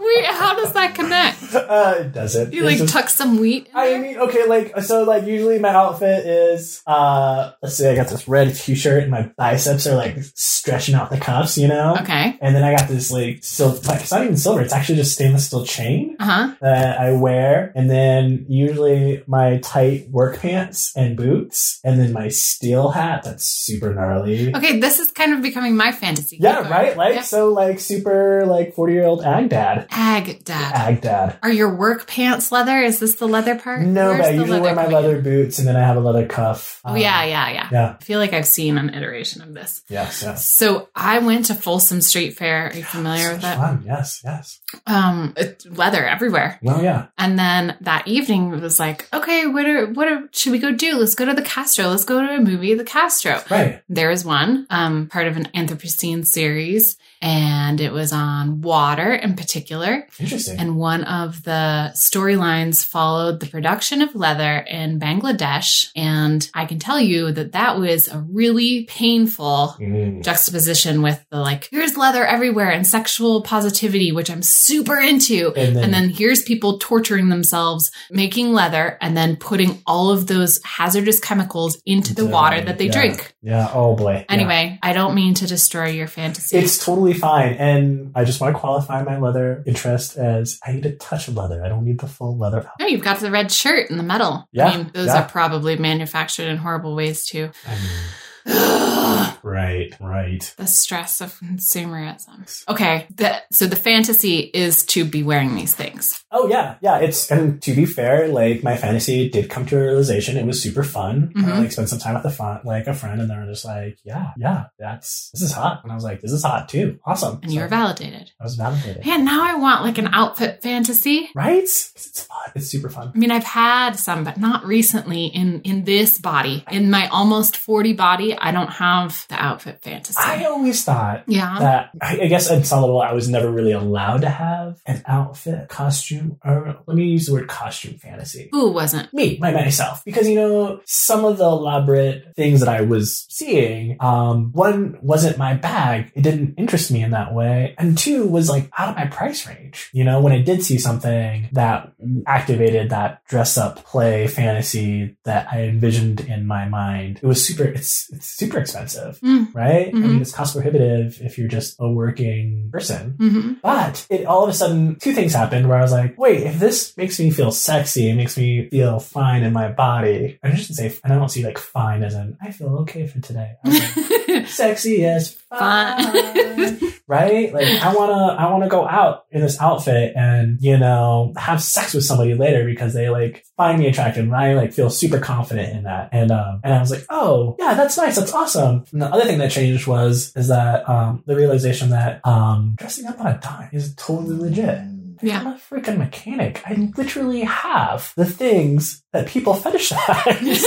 Speaker 2: Wait, how does that connect?
Speaker 3: uh, it doesn't.
Speaker 2: You
Speaker 3: It's
Speaker 2: like
Speaker 3: just-
Speaker 2: tuck some wheat in
Speaker 3: I
Speaker 2: there?
Speaker 3: mean, okay, like so, like usually my outfit is, uh, let's see, I got this red T-shirt and my biceps are like stretching out the cuffs, you know.
Speaker 2: okay.
Speaker 3: And then I got this like silk, like, it's not even silver, it's actually just stainless steel chain
Speaker 2: Uh huh.
Speaker 3: that I wear. And then usually my tight work pants and boots, and then my steel hat that's super gnarly.
Speaker 2: Okay, this is kind of becoming my fantasy.
Speaker 3: Yeah,
Speaker 2: Keep going.
Speaker 3: right? Like,
Speaker 2: Yeah.
Speaker 3: so like super like 40 year old ag dad.
Speaker 2: ag dad.
Speaker 3: Ag dad. bad.
Speaker 2: Are your work pants leather? Is this the leather part?
Speaker 3: No,
Speaker 2: Where's
Speaker 3: but I
Speaker 2: the
Speaker 3: usually
Speaker 2: leather
Speaker 3: wear my
Speaker 2: coming
Speaker 3: leather
Speaker 2: in?
Speaker 3: boots and then I have a leather cuff.
Speaker 2: Oh
Speaker 3: Um,
Speaker 2: yeah, yeah, yeah.
Speaker 3: Yeah.
Speaker 2: I feel like I've seen an iteration of this.
Speaker 3: Yes. Yes.
Speaker 2: So I went to Folsom Street Fair. Are you familiar
Speaker 3: So
Speaker 2: with
Speaker 3: much
Speaker 2: that?
Speaker 3: Fun. Yes. Yes.
Speaker 2: Um, it's leather everywhere.
Speaker 3: Well, yeah.
Speaker 2: And then that evening it was like, okay, what are what are, should we go do? Let's go to the Castro. Let's go to a movie, the Castro.
Speaker 3: Right.
Speaker 2: There is one, um, part of an Anthropocene series, and it was on water in particular.
Speaker 3: Interesting.
Speaker 2: And one of the storylines followed the production of leather in Bangladesh. And I can tell you that that was a really painful
Speaker 3: Mm.
Speaker 2: juxtaposition with the like, here's leather everywhere and sexual positivity, which I'm super into.
Speaker 3: And then,
Speaker 2: And then here's people torturing themselves, making leather, and then putting all of those hazardous chemicals into the
Speaker 3: Into-
Speaker 2: water that they
Speaker 3: yeah.
Speaker 2: drink.
Speaker 3: yeah. Oh boy. Yeah.
Speaker 2: Anyway, I don't mean to destroy your fantasy.
Speaker 3: It's totally fine. And I just want to qualify my leather interest as I need a touch of leather. I don't need the full leather outfit.
Speaker 2: No, you've got the red shirt and the medal.
Speaker 3: Yeah,
Speaker 2: I mean, those
Speaker 3: yeah.
Speaker 2: are probably manufactured in horrible ways too.
Speaker 3: I mean,
Speaker 2: the
Speaker 3: right, right.
Speaker 2: stress of consumerism. Okay, the, so the fantasy is to be wearing these things.
Speaker 3: Oh yeah, yeah. It's and to be fair, like my fantasy did come to a realization. It was super fun. I
Speaker 2: Mhm.
Speaker 3: like spent some time with the font, like a friend, and they were just like, "Yeah, yeah, that's this is hot." And I was like, "This is hot too. Awesome."
Speaker 2: And
Speaker 3: So
Speaker 2: you're validated.
Speaker 3: I was validated,
Speaker 2: Man, now I want like an outfit fantasy.
Speaker 3: right? 'Cause It's fun. It's super fun.
Speaker 2: I mean, I've had some, but not recently in in this body. In my almost 40 body, I don't have the outfit fantasy.
Speaker 3: I always thought
Speaker 2: yeah.
Speaker 3: that I, I guess at some level I was never really allowed to have an outfit, costume, or let me use the word costume fantasy.
Speaker 2: Who wasn't?
Speaker 3: Me, my myself, because you know some of the elaborate things that I was seeing, um, one wasn't my bag; it didn't interest me in that way, and two was like out of my price range. You know, when I did see something that activated that dress-up play fantasy that I envisioned in my mind, it was super. It's it's super expensive
Speaker 2: Mm,
Speaker 3: right? I mean,
Speaker 2: Mhm.
Speaker 3: it's cost prohibitive if you're just a working person.
Speaker 2: mhm.
Speaker 3: But it all of a sudden, two things happened where I was like, wait, if this makes me feel sexy, it makes me feel fine in my body. I shouldn't say, and I don't see like fine as in, I feel okay for today. I was like, sexy as fine.
Speaker 2: Fun.
Speaker 3: right? Like I want to I want to go out in this outfit and, you know, have sex with somebody later because they like find me attractive and I like feel super confident in that. And um and I was like, "Oh, yeah, that's nice. That's awesome." And the other thing that changed was is that um the realization that um dressing up on a dime is totally legit.
Speaker 2: Yeah.
Speaker 3: I'm a freaking mechanic. I literally have the things that people fetishize.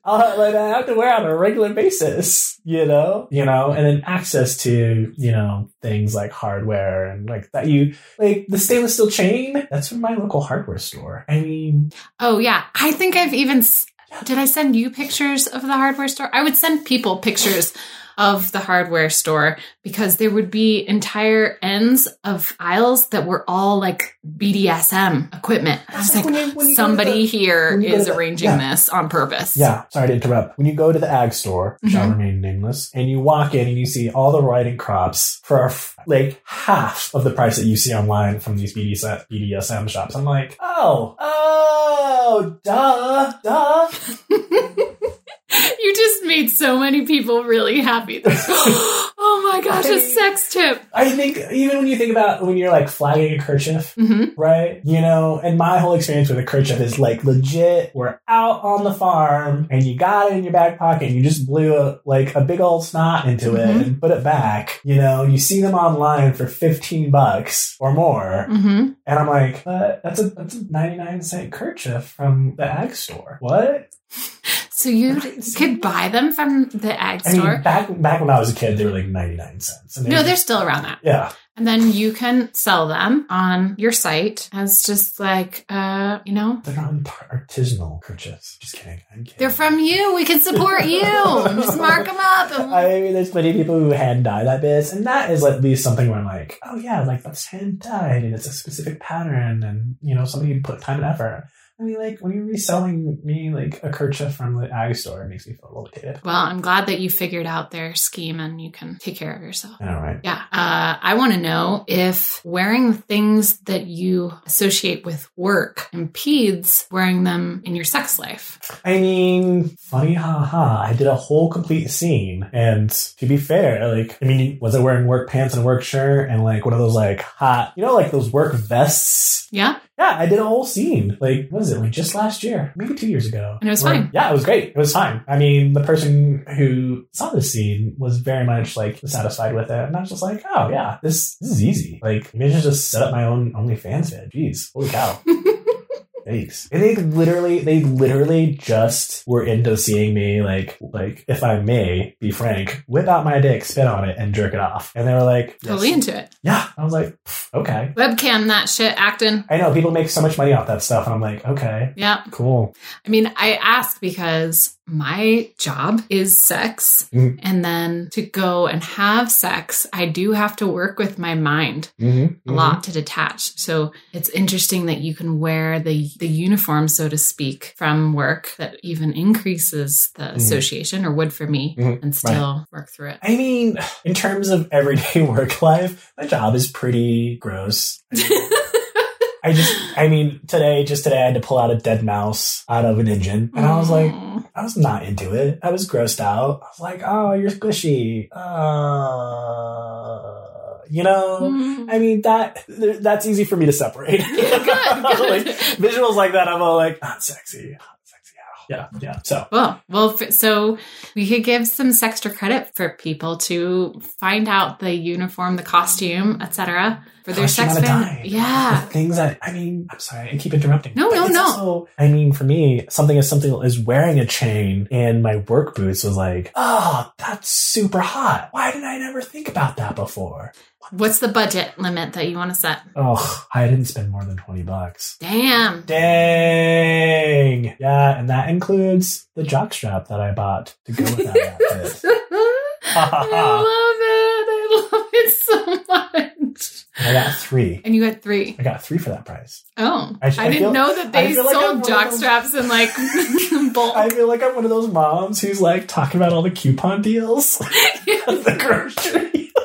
Speaker 3: uh, like I have to wear on a regular basis, you know, you know, and then access to you know things like hardware and like that. You like the stainless steel chain. That's from my local hardware store. I mean,
Speaker 2: Oh yeah, I think I've even s- did. I send you pictures of the hardware store. I would send people pictures of the hardware store because there would be entire ends of aisles that were all like BDSM equipment. I was
Speaker 3: that's
Speaker 2: like,
Speaker 3: when you- when you go to
Speaker 2: somebody
Speaker 3: the-
Speaker 2: here
Speaker 3: when you go
Speaker 2: is
Speaker 3: to the-
Speaker 2: arranging
Speaker 3: yeah.
Speaker 2: this on purpose.
Speaker 3: Yeah, sorry to interrupt. When you go to the ag store, shall remain nameless, and you walk in and you see all the riding crops for like half of the price that you see online from these BDSM, BDSM shops, I'm like, oh, oh, duh, duh.
Speaker 2: you just made so many people really happy. oh my gosh, a sex tip.
Speaker 3: I think even when you think about when you're like flagging a kerchief,
Speaker 2: hmm
Speaker 3: right? You know, and my whole experience with a kerchief is like legit. We're out on the farm, and you got it in your back pocket, and you just blew a, like a big old snot into it
Speaker 2: Mhm.
Speaker 3: and put it back. You know, you see them online for fifteen bucks or more,
Speaker 2: hmm
Speaker 3: and I'm like, but that's a that's a ninety nine cent kerchief from the ag store. What?
Speaker 2: So you could buy them from the ag
Speaker 3: I
Speaker 2: store.
Speaker 3: mean, back back when I was a kid, they were like ninety nine cents. And they
Speaker 2: no,
Speaker 3: were-
Speaker 2: they're still around that.
Speaker 3: yeah,
Speaker 2: And then you can sell them on your site as just like, uh, you know,
Speaker 3: they're not artisanal kerchiefs. Just kidding. I'm kidding.
Speaker 2: they're from you. We can support you. just mark them up. And
Speaker 3: I mean, there's plenty of people who hand dye that biz, and that is at least something where I'm like, oh yeah, like that's hand dyed, and it's a specific pattern, and you know, somebody put time and effort. I mean, like when you're reselling me like a kerchief from the ag store, it makes me feel a little bit.
Speaker 2: Well, I'm glad that you figured out their scheme and you can take care of yourself.
Speaker 3: All right.
Speaker 2: Yeah. Uh, I want to know if wearing things that you associate with work impedes wearing them in your sex life.
Speaker 3: I mean, funny, haha. I did a whole complete scene, and to be fair, like I mean, was I wearing work pants and a work shirt and like one of those like hot, you know, like those work vests?
Speaker 2: Yeah.
Speaker 3: Yeah, I did a whole scene. Like, what is it? Like just last year, maybe two years ago.
Speaker 2: And it was
Speaker 3: Where-
Speaker 2: fine.
Speaker 3: Yeah, it was great. It was fine. I mean, the person who saw this scene was very much like satisfied with it, and I was just like, oh yeah, this, this is easy. Like, maybe I should just set up my own OnlyFans fan. Jeez, holy cow. Thanks. And they literally, they literally just were into seeing me, like, like if I may be frank, whip out my dick, spit on it, and jerk it off. And they were like, yes.
Speaker 2: Totally into it.
Speaker 3: yeah. I was like, pff, okay.
Speaker 2: Webcam that shit, acting.
Speaker 3: I know people make so much money off that stuff, and I'm like, okay,
Speaker 2: Yeah.
Speaker 3: cool.
Speaker 2: I mean, I ask because my job is sex.
Speaker 3: Mhm.
Speaker 2: And then to go and have sex, I do have to work with my mind.
Speaker 3: Mm-hmm.
Speaker 2: a lot to detach. So it's interesting that you can wear the the uniform, so to speak, from work that even increases the
Speaker 3: Mm-hmm.
Speaker 2: association or would for me
Speaker 3: Mhm.
Speaker 2: and still work through
Speaker 3: I mean, in terms of everyday work life, my job is pretty gross.
Speaker 2: it.
Speaker 3: I just, I mean, today, just today, I had to pull out a dead mouse out of an engine, and I was like,
Speaker 2: Mm.
Speaker 3: I was not into it. I was grossed out. I was like, oh, you're squishy. Uh, you know,
Speaker 2: Mm.
Speaker 3: I mean, that th- that's easy for me to separate.
Speaker 2: good, good.
Speaker 3: Like, visuals like that, I'm all like, not sexy. Not sexy ow. Yeah, yeah. So,
Speaker 2: Well, well, f- so we could give some extra credit for people to find out the uniform, the costume, etc. for their
Speaker 3: Costume
Speaker 2: sex
Speaker 3: on a
Speaker 2: fan.
Speaker 3: dime.
Speaker 2: Yeah.
Speaker 3: the things that, I mean, I'm sorry, I keep interrupting.
Speaker 2: No,
Speaker 3: But
Speaker 2: no,
Speaker 3: it's
Speaker 2: no.
Speaker 3: also- I mean, for me, something is something is wearing a chain and my work boots was like, oh, that's super hot. Why did I never think about that before?
Speaker 2: What's the budget limit that you want to set?
Speaker 3: Oh, I didn't spend more than 20 bucks.
Speaker 2: Damn.
Speaker 3: Dang. Yeah, and that includes the jockstrap that I bought to go with that outfit.
Speaker 2: I love it. I love it so much.
Speaker 3: And I got three.
Speaker 2: And you got three.
Speaker 3: I got three for that price.
Speaker 2: Oh, I,
Speaker 3: I sh- I
Speaker 2: didn't
Speaker 3: feel-
Speaker 2: know that
Speaker 3: I
Speaker 2: they
Speaker 3: feel like
Speaker 2: sold
Speaker 3: I'm one of those-
Speaker 2: jockstraps in like bulk.
Speaker 3: I feel like I'm one of those moms who's like talking about all the coupon deals at the grocery.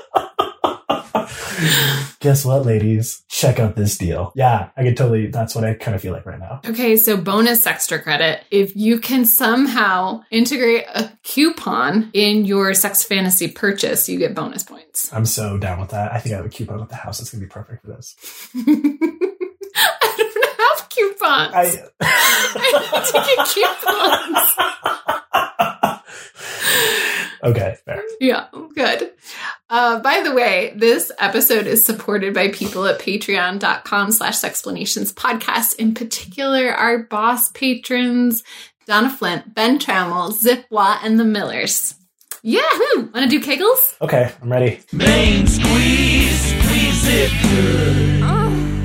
Speaker 3: Guess what, ladies? Check out this deal. Yeah, I could totally. That's what I kind of feel like right now.
Speaker 2: Okay, so bonus extra credit. If you can somehow integrate a coupon in your sex fantasy purchase, you get bonus points.
Speaker 3: I'm so down with that. I think I have a coupon at the house. It's gonna be perfect for this.
Speaker 2: I don't have coupons. I,
Speaker 3: I.
Speaker 2: don't get coupons.
Speaker 3: okay, fair.
Speaker 2: Yeah, good. Uh, by the way, this episode is supported by people at patreon.com slash explanations podcast, in particular our boss patrons, Donna Flint, Ben Trammell, Zipwa, and the Millers. Yahoo! Wanna do kegels?
Speaker 3: Okay, I'm ready.
Speaker 1: Main squeeze, squeeze it good.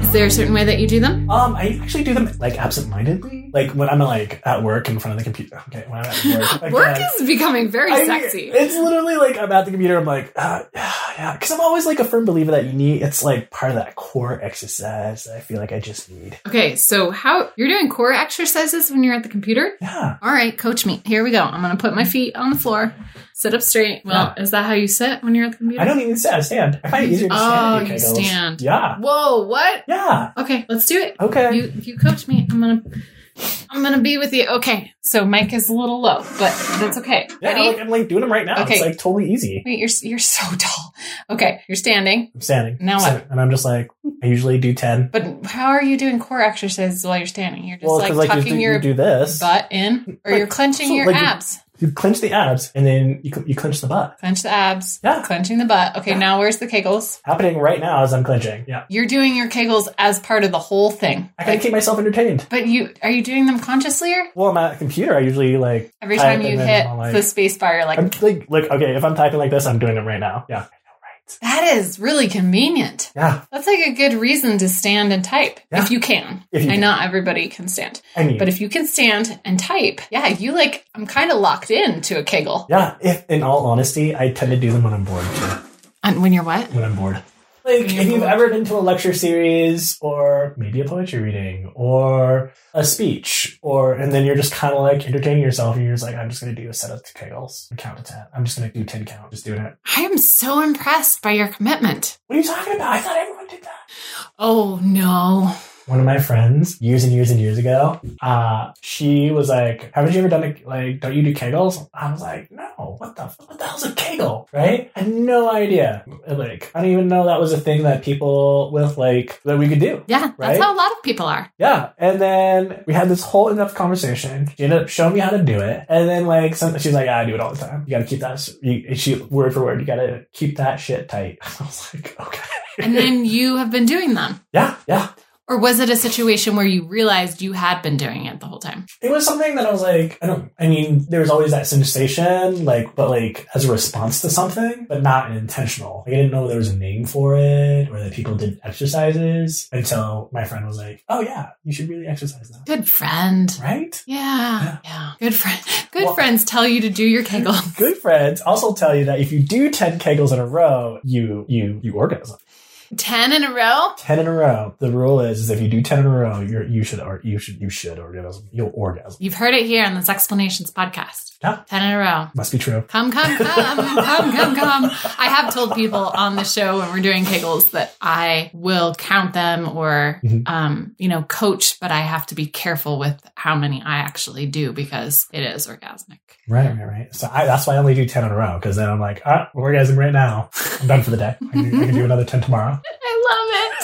Speaker 2: Is there a certain way that you do them?
Speaker 3: Um, I actually do them like absentmindedly, like when I'm like at work in front of the computer. Okay, when I'm at work, like,
Speaker 2: Work
Speaker 3: uh,
Speaker 2: is becoming very
Speaker 3: I-
Speaker 2: sexy.
Speaker 3: It's literally like I'm at the computer. I'm like, uh, yeah, yeah, because I'm always like a firm believer that you need. It's like part of that core exercise that I feel like I just need.
Speaker 2: Okay, so how you're doing core exercises when you're at the computer?
Speaker 3: Yeah,
Speaker 2: All right, coach me. Here we go. I'm gonna put my feet on the floor, sit up straight. Well, is that how you sit when you're at the computer?
Speaker 3: I don't even sit. I stand. I find it easier to
Speaker 2: Oh,
Speaker 3: stand. than
Speaker 2: you
Speaker 3: kegels.
Speaker 2: stand.
Speaker 3: Yeah,
Speaker 2: Whoa, what?
Speaker 3: yeah.
Speaker 2: Okay, let's do it.
Speaker 3: Okay.
Speaker 2: You if you coach me, I'm gonna I'm gonna be with you. Okay, so Mike is a little low, but that's okay.
Speaker 3: yeah,
Speaker 2: Ready?
Speaker 3: like, I'm like doing them right now.
Speaker 2: Okay.
Speaker 3: It's like totally easy.
Speaker 2: Wait, you're you're so tall. Okay, you're standing,
Speaker 3: I'm standing.
Speaker 2: Now
Speaker 3: I'm
Speaker 2: what?
Speaker 3: standing, And I'm just like, I usually do ten.
Speaker 2: but how are you doing core exercises while you're standing? You're just
Speaker 3: Well,
Speaker 2: like
Speaker 3: because like, you,
Speaker 2: tucking
Speaker 3: do,
Speaker 2: your
Speaker 3: you do this,
Speaker 2: butt in, or
Speaker 3: Like,
Speaker 2: you're clenching
Speaker 3: so,
Speaker 2: your
Speaker 3: like, you-
Speaker 2: abs.
Speaker 3: you clench the abs, and then you cl- you clench the butt.
Speaker 2: Clench the abs.
Speaker 3: Yeah.
Speaker 2: Clenching the butt. Okay, now where's the kegels?
Speaker 3: Happening right now as I'm clenching. Yeah,
Speaker 2: You're doing your kegels as part of the whole thing.
Speaker 3: I gotta keep myself entertained.
Speaker 2: But you are you doing them consciously or
Speaker 3: Well, I'm at a computer. I usually like
Speaker 2: every
Speaker 3: type
Speaker 2: time you
Speaker 3: and then
Speaker 2: hit
Speaker 3: I'll, like-
Speaker 2: the space bar, you're like,
Speaker 3: I'm like, look, okay, if I'm typing like this, I'm doing it right now. Yeah.
Speaker 2: That is really convenient.
Speaker 3: Yeah.
Speaker 2: That's like a good reason to stand and type
Speaker 3: Yeah.
Speaker 2: if you can.
Speaker 3: If you
Speaker 2: and
Speaker 3: can.
Speaker 2: not everybody can stand.
Speaker 3: I mean,
Speaker 2: But if you can stand and type, yeah, you like I'm kind of locked in to a kegel.
Speaker 3: yeah, if in all honesty, I tend to do them when I'm bored too.
Speaker 2: And when you're what?
Speaker 3: When I'm bored. Like, if you've ever been to a lecture series or maybe a poetry reading or a speech, or, and then you're just kind of like entertaining yourself and you're just like, I'm just going to do a set of kegels, count to 10. I'm just going to do 10 count, just doing it.
Speaker 2: I am so impressed by your commitment.
Speaker 3: What are you talking about? I thought everyone did that.
Speaker 2: Oh no.
Speaker 3: one of my friends years and years and years ago uh she was like haven't you ever done it like don't you do kegels i was like no what the what the hell's a kegel right i had no idea like i don't even know that was a thing that people with like that we could do
Speaker 2: Yeah, that's
Speaker 3: Right?
Speaker 2: how a lot of people are.
Speaker 3: yeah and then we had this whole in-depth conversation she ended up showing me how to do it and then like some, she's like i do it all the time you gotta keep that s- you, and she word for word you gotta keep that shit tight i was like okay
Speaker 2: And then you have been doing them.
Speaker 3: yeah yeah
Speaker 2: Or was it a situation where you realized you had been doing it the whole time?
Speaker 3: it was something that I was like, I don't, I mean, there was always that sensation, like, but like as a response to something, but not intentional. Like, I didn't know there was a name for it or that people did exercises until my friend was like, oh yeah, you should really exercise that.
Speaker 2: Good friend.
Speaker 3: Right?
Speaker 2: Yeah. Yeah. Good friend. Good
Speaker 3: Well-
Speaker 2: friends tell you to do your kegel.
Speaker 3: Good friends also tell you that if you do 10 kegels in a row, you, you, you orgasm.
Speaker 2: 10 in a row?
Speaker 3: 10 in a row. The rule is, is if you do 10 in a row, you're, you should, or you should, you should orgasm. You'll orgasm.
Speaker 2: You've heard it here on this Explanations podcast.
Speaker 3: Yeah.
Speaker 2: 10 in a row.
Speaker 3: Must be true.
Speaker 2: Come, come, come, come, come, come. I have told people on the show when we're doing kegels that I will count them or,
Speaker 3: Mhm.
Speaker 2: um, you know, coach, but I have to be careful with how many I actually do because it is orgasmic.
Speaker 3: Right, right, right. So I, that's why I only do 10 in a row because then I'm like, ah, orgasm right now. I'm done for the day. I can, I can do another 10 tomorrow.
Speaker 2: I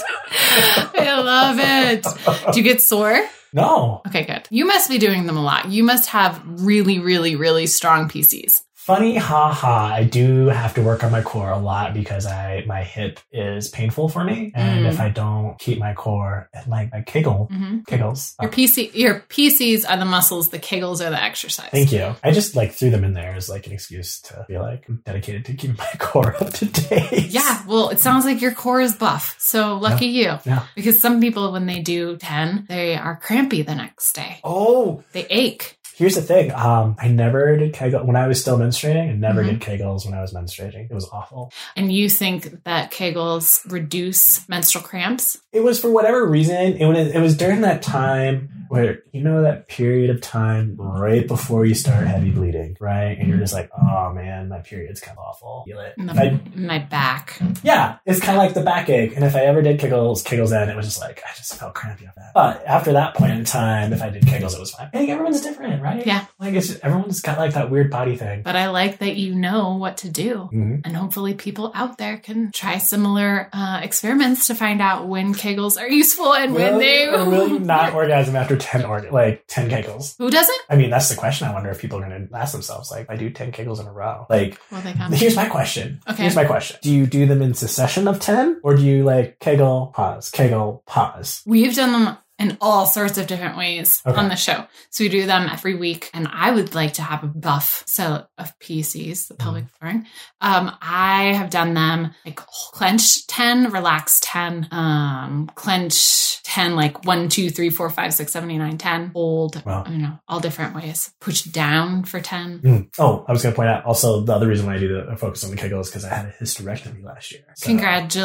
Speaker 2: love it. I love it. Do you get sore?
Speaker 3: No.
Speaker 2: Okay, good. You must be doing them a lot. You must have really, really, really strong PCs.
Speaker 3: Funny, haha. I do have to work on my core a lot because I my hip is painful for me, and
Speaker 2: Mm.
Speaker 3: if I don't keep my core and like my kegel
Speaker 2: hmm
Speaker 3: kegels, uh,
Speaker 2: Your PC, your PCs are the muscles. The kegels are the exercise.
Speaker 3: Thank you. I just like threw them in there as like an excuse to be like I'm dedicated to keeping my core up to date.
Speaker 2: Yeah, well, it sounds like your core is buff. So lucky you.
Speaker 3: Yeah.
Speaker 2: Because some people, when they do 10, they are crampy the next day.
Speaker 3: Oh,
Speaker 2: They ache.
Speaker 3: Here's the thing. Um, I never did kegel when I was still menstruating. I never
Speaker 2: Mhm.
Speaker 3: did kegels when I was menstruating. It was awful.
Speaker 2: And you think that kegels reduce menstrual cramps?
Speaker 3: It was for whatever reason. It was, it was during that time where you know that period of time right before you start heavy bleeding, right? And you're just like, oh man, my period's kind of awful. Feel it.
Speaker 2: In, the,
Speaker 3: If I-
Speaker 2: in my back.
Speaker 3: yeah, it's kind of like the backache. And if I ever did kegels, kegels then it was just like I just felt crampy on that. But after that point in time, if I did kegels, it was fine. I think everyone's different, right?
Speaker 2: Yeah.
Speaker 3: like it's just, everyone's got like that weird body thing.
Speaker 2: But I like that you know what to do.
Speaker 3: Mhm.
Speaker 2: And hopefully, people out there can try similar uh, experiments to find out when kegels are useful and when
Speaker 3: Will
Speaker 2: they
Speaker 3: you or will you not orgasm after ten org like ten kegels?
Speaker 2: Who doesn't?
Speaker 3: I mean, that's the question. I wonder if people are going to ask themselves, like, I do ten kegels in a row. Like,
Speaker 2: Well, they come.
Speaker 3: here's my question.
Speaker 2: Okay.
Speaker 3: Here's my question. Do you do them in succession of ten, or do you like kegel pause, kegel pause?
Speaker 2: We've done them in all sorts of different ways
Speaker 3: Okay.
Speaker 2: on the show. So we do them every week. And I would like to have a buff set of PCs, the
Speaker 3: Mm-hmm.
Speaker 2: pelvic flooring. Um, I have done them like clench 10, relax 10, um, clench 10, like 1, 2, 3, 4, 5, 6, 7, 8, 9, 10, hold,
Speaker 3: Wow.
Speaker 2: you know, all different ways. Push down for 10.
Speaker 3: Mm. Oh, I was going to point out also the other reason why I do the I focus on the kegel is because I had a hysterectomy last year. So-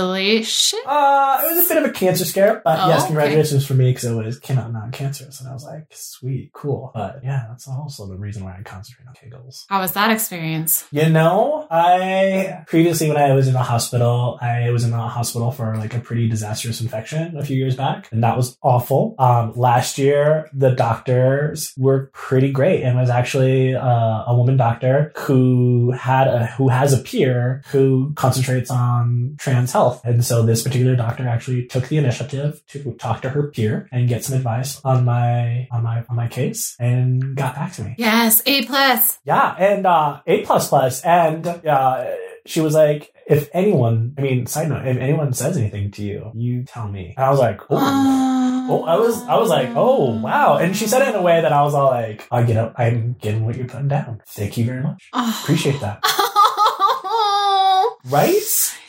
Speaker 2: Congratulations.
Speaker 3: Uh, it was a bit of a cancer scare, but
Speaker 2: Oh,
Speaker 3: yes,
Speaker 2: okay.
Speaker 3: congratulations for me because it was came out non-cancerous, and I was like, sweet, cool. But yeah, that's also the reason why I concentrate on kegels.
Speaker 2: How was that experience?
Speaker 3: You know, I previously when I was in the hospital, I was in the hospital for like a pretty disastrous infection a few years back, and that was awful. Um, last year, the doctors were pretty great, and was actually uh, a woman doctor who had a who has a peer who concentrates on trans health, and so this particular doctor actually took the initiative to talk to her peer and get some advice on my on my on my case, and got back to me.
Speaker 2: Yes, A plus.
Speaker 3: Yeah, and uh, A plus plus, and uh, she was like, "If anyone, I mean, side note, if anyone says anything to you, you tell me." And I was like, "Oh." Oh, I was, I was like, oh wow, and she said it in a way that I was all like, I get up, I'm getting what you're putting down. Thank you very much,
Speaker 2: Oh.
Speaker 3: appreciate that,
Speaker 2: Oh,
Speaker 3: right?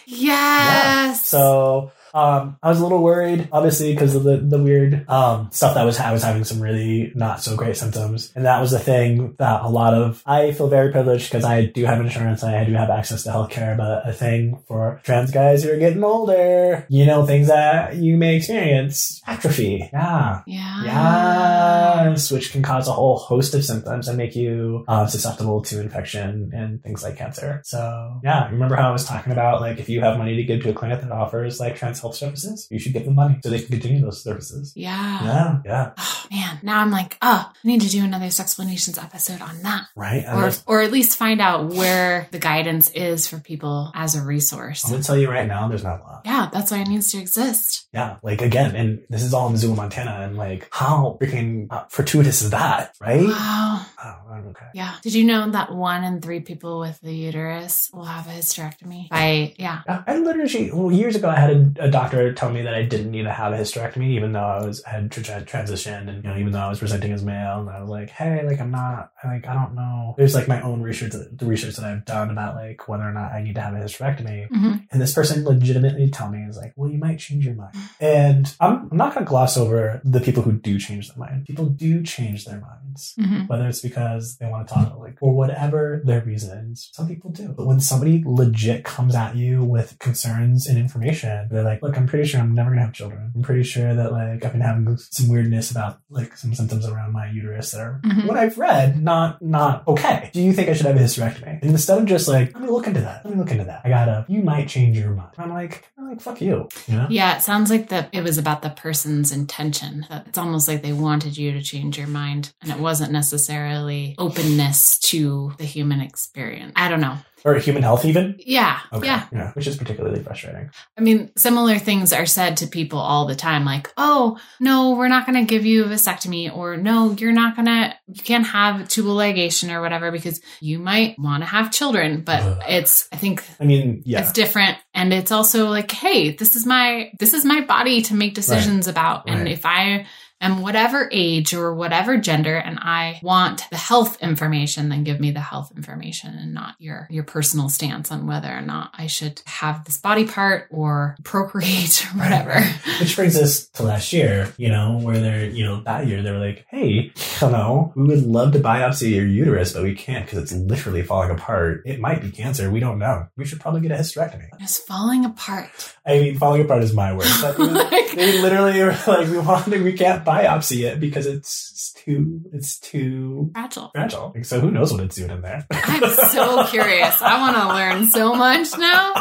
Speaker 2: yes.
Speaker 3: So Um, I was a little worried, obviously, because of the, the weird um, stuff that was I was having some really not so great symptoms, and that was the thing that a lot of I feel very privileged because I do have insurance, and I do have access to healthcare. But a thing for trans guys who are getting older, you know, things that you may experience atrophy. Yeah.
Speaker 2: Yeah. Ah.
Speaker 3: Yes, which can cause a whole host of symptoms and make you uh, susceptible to infection and things like cancer. So, yeah, remember how I was talking about like if you have money to give to a clinic that offers like trans health services, you should give them money so they can continue those services.
Speaker 2: Yeah.
Speaker 3: Yeah, yeah,
Speaker 2: Oh, man, now I'm like, oh, I need to do another explanations episode on that.
Speaker 3: right. And
Speaker 2: Or,
Speaker 3: there's-
Speaker 2: or at least find out where the guidance is for people as a resource.
Speaker 3: I'm gonna tell you right now, there's not a lot.
Speaker 2: Yeah, that's why it needs to exist.
Speaker 3: Yeah, like again, and this is all in Missoula, Montana, and like how freaking uh, fortuitous is that, right?
Speaker 2: Wow.
Speaker 3: Oh, okay.
Speaker 2: Yeah. Did you know that one in three people with the uterus will have a hysterectomy? By yeah.
Speaker 3: I I literally well, years ago, I had a, a doctor tell me that I didn't need to have a hysterectomy, even though I was had tra- transitioned, and you know, even though I was presenting as male, and I was like, hey, like I'm not, I, like I don't know. There's like my own research, the research that I've done about like whether or not I need to have a hysterectomy,
Speaker 2: Mhm.
Speaker 3: and this person legitimately tell me is like, well, you might change your mind, and I'm, I'm not gonna gloss over the people who do change their mind. People do change their minds
Speaker 2: Mhm.
Speaker 3: whether it's because they want to talk like or whatever their reasons some people do but when somebody legit comes at you with concerns and information they're like look i'm pretty sure i'm never gonna have children i'm pretty sure that like i've been having some weirdness about like some symptoms around my uterus that are
Speaker 2: Mhm.
Speaker 3: what i've read not not okay do you think i should have a hysterectomy and instead of just like let me look into that let me look into that i gotta you might change your mind i'm like I'm like fuck you you know
Speaker 2: Yeah, it sounds like that it was about the person's intention. That It's almost like they wanted you to change your mind and it wasn't necessarily openness to the human experience. I don't know.
Speaker 3: or human health even
Speaker 2: Yeah. Yeah.
Speaker 3: yeah which is particularly frustrating
Speaker 2: I mean, similar things are said to people all the time like, oh, no, we're not going to give you a vasectomy, or no, you're not going to, you can't have tubal ligation or whatever because you might want to have children. But
Speaker 3: Ugh.
Speaker 2: it's, I think,
Speaker 3: i mean yeah
Speaker 2: it's different. And it's also like, hey, this is my, this is my body to make decisions about. And
Speaker 3: Right.
Speaker 2: if I, am whatever age or whatever gender and I want the health information then give me the health information and not your your personal stance on whether or not I should have this body part or procreate or
Speaker 3: Right,
Speaker 2: whatever.
Speaker 3: right. Which brings us to last year, you know, where they're, you know, that year they were like, hey, you know, we would love to biopsy your uterus, but we can't because it's literally falling apart. It might be cancer. We don't know. We should probably get a hysterectomy.
Speaker 2: Just falling apart.
Speaker 3: I mean, falling apart is my word. But you know,
Speaker 2: Like-
Speaker 3: they literally were like, we want to, we can't biopsy it because it's too, it's too
Speaker 2: Fragile.
Speaker 3: fragile. Like, so who knows what it's doing in there?
Speaker 2: I'm so curious. I want to learn so much now.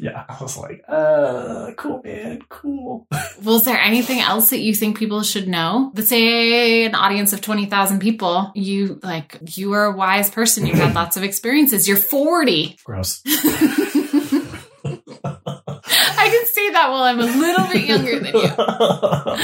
Speaker 3: yeah, I was like, uh, cool, man, cool.
Speaker 2: Well, is there anything else that you think people should know? Let's say an audience of 20,000 people, you like, you are a wise person. You've had lots of experiences. You're 40.
Speaker 3: Gross.
Speaker 2: I can say that while I'm a little bit younger than you.
Speaker 3: uh,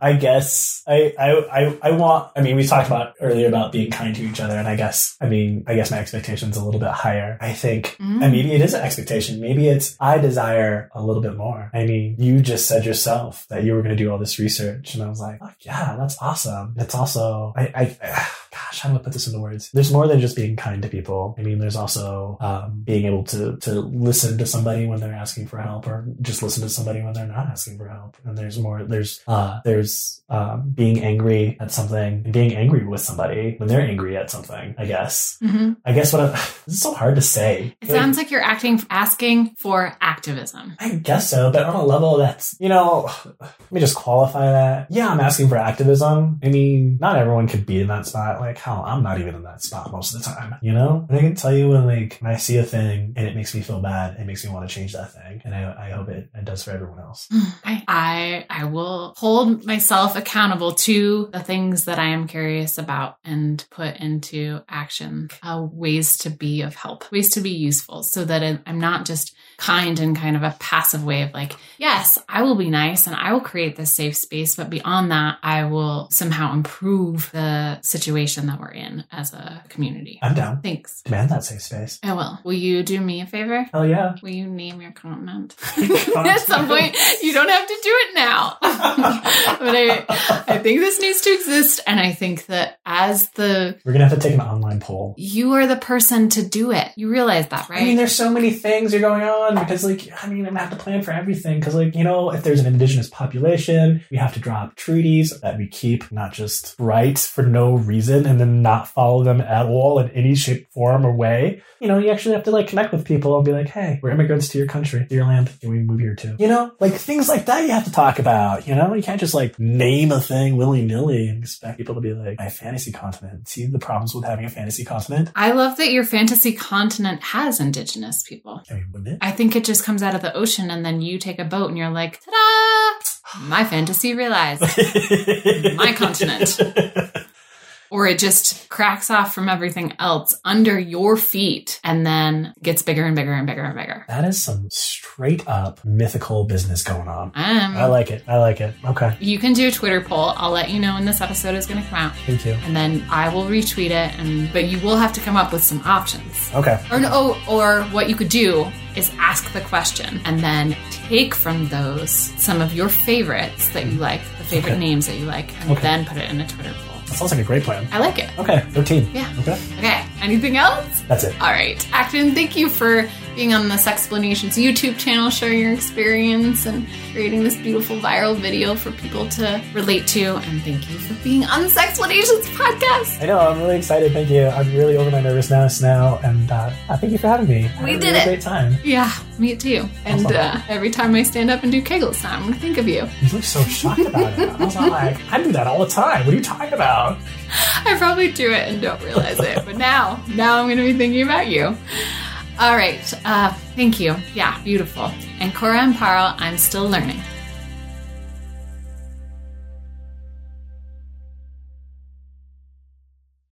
Speaker 3: I guess I, I I I want. I mean, we talked about earlier about being kind to each other, and I guess I mean I guess my expectation's a little bit higher. I think,
Speaker 2: Mm.
Speaker 3: and maybe it is an expectation. Maybe it's I desire a little bit more. I mean, you just said yourself that you were going to do all this research, and I was like, "Fuck yeah, that's awesome. It's also I. I Gosh, how do I put this into words? There's more than just being kind to people. I mean, there's also um, being able to to listen to somebody when they're asking for help, or just listen to somebody when they're not asking for help. And there's more. There's uh, there's um, being angry at something and being angry with somebody when they're angry at something. I guess.
Speaker 2: Mhm.
Speaker 3: I guess what I'm, this is so hard to say.
Speaker 2: It
Speaker 3: Like-
Speaker 2: sounds like you're acting, asking for activism.
Speaker 3: I guess so, but on a level that's, you know, let me just qualify that. Yeah, I'm asking for activism. I mean, not everyone could be in that spot. Like, hell, I'm not even in that spot most of the time, you know? And I can tell you when, like, when I see a thing and it makes me feel bad, it makes me want to change that thing. And I, I hope it, it does for everyone else.
Speaker 2: I, I I will hold myself accountable to the things that I am curious about and put into action uh, ways to be of help, ways to be useful, so that I- I'm not just kind in kind of a passive way of like, yes, I will be nice and I will create this safe space, but beyond that, I will somehow improve the situation that we're in as a community.
Speaker 3: I'm down.
Speaker 2: Thanks.
Speaker 3: Demand that safe space.
Speaker 2: I will. Will you do me a favor?
Speaker 3: Hell yeah.
Speaker 2: Will you name your comment? At some point, you don't have to do it now. but I, I think this needs to exist. And I think that as the,
Speaker 3: We're gonna have to take an online poll.
Speaker 2: you are the person to do it. You realize that, right?
Speaker 3: I mean, there's so many things are going on because, like, I mean, I'm gonna have to plan for everything because, like, you know, if there's an indigenous population, we have to draw up treaties that we keep, not just rights for no reason and then not follow them at all in any shape, form, or way. You know, you actually have to like connect with people and be like, hey, we're immigrants to your country, to your land. Can we move here too? You know, like things like that you have to talk about. You know, you can't just like name a thing willy nilly and expect people to be like, my fantasy continent. See the problems with having a fantasy continent?
Speaker 2: I love that your fantasy continent has indigenous people.
Speaker 3: I mean, wouldn't it?
Speaker 2: I think it just comes out of the ocean and then you take a boat and you're like, ta da! My fantasy realized. My continent. Or it just cracks off from everything else under your feet and then gets bigger and bigger and bigger and bigger.
Speaker 3: That is some straight up mythical business going on.
Speaker 2: Um,
Speaker 3: I like it. I like it. Okay.
Speaker 2: you can do a Twitter poll. I'll let you know when this episode is going to come out.
Speaker 3: Thank you.
Speaker 2: And then I will retweet it, and but you will have to come up with some options.
Speaker 3: Okay.
Speaker 2: Or no, or what you could do is ask the question and then take from those some of your favorites that you like, the favorite
Speaker 3: Okay.
Speaker 2: names that you like, and
Speaker 3: Okay.
Speaker 2: then put it in a Twitter poll.
Speaker 3: That sounds like a great plan.
Speaker 2: I like it.
Speaker 3: Okay. 13.
Speaker 2: Yeah.
Speaker 3: Okay.
Speaker 2: Okay. Anything else?
Speaker 3: That's it.
Speaker 2: All right, Acton. Thank you for being on this explanations YouTube channel, sharing your experience, and creating this beautiful viral video for people to relate to. And thank you for being on this explanations podcast.
Speaker 3: I know. I'm really excited. Thank you. I'm really over my nervousness now. And uh, yeah, thank you for having me. I had
Speaker 2: We
Speaker 3: a
Speaker 2: did
Speaker 3: really
Speaker 2: it.
Speaker 3: Great time.
Speaker 2: Yeah, me too. And
Speaker 3: Awesome.
Speaker 2: uh, every time I stand up and do Kegels, now I'm going to think of you.
Speaker 3: You look so shocked about it. I was all like, I do that all the time. What are you talking about?
Speaker 2: I probably do it and don't realize it, but now, now I'm going to be thinking about you. All right, uh, thank you. Yeah, beautiful. And Cora and Parl, I'm still learning.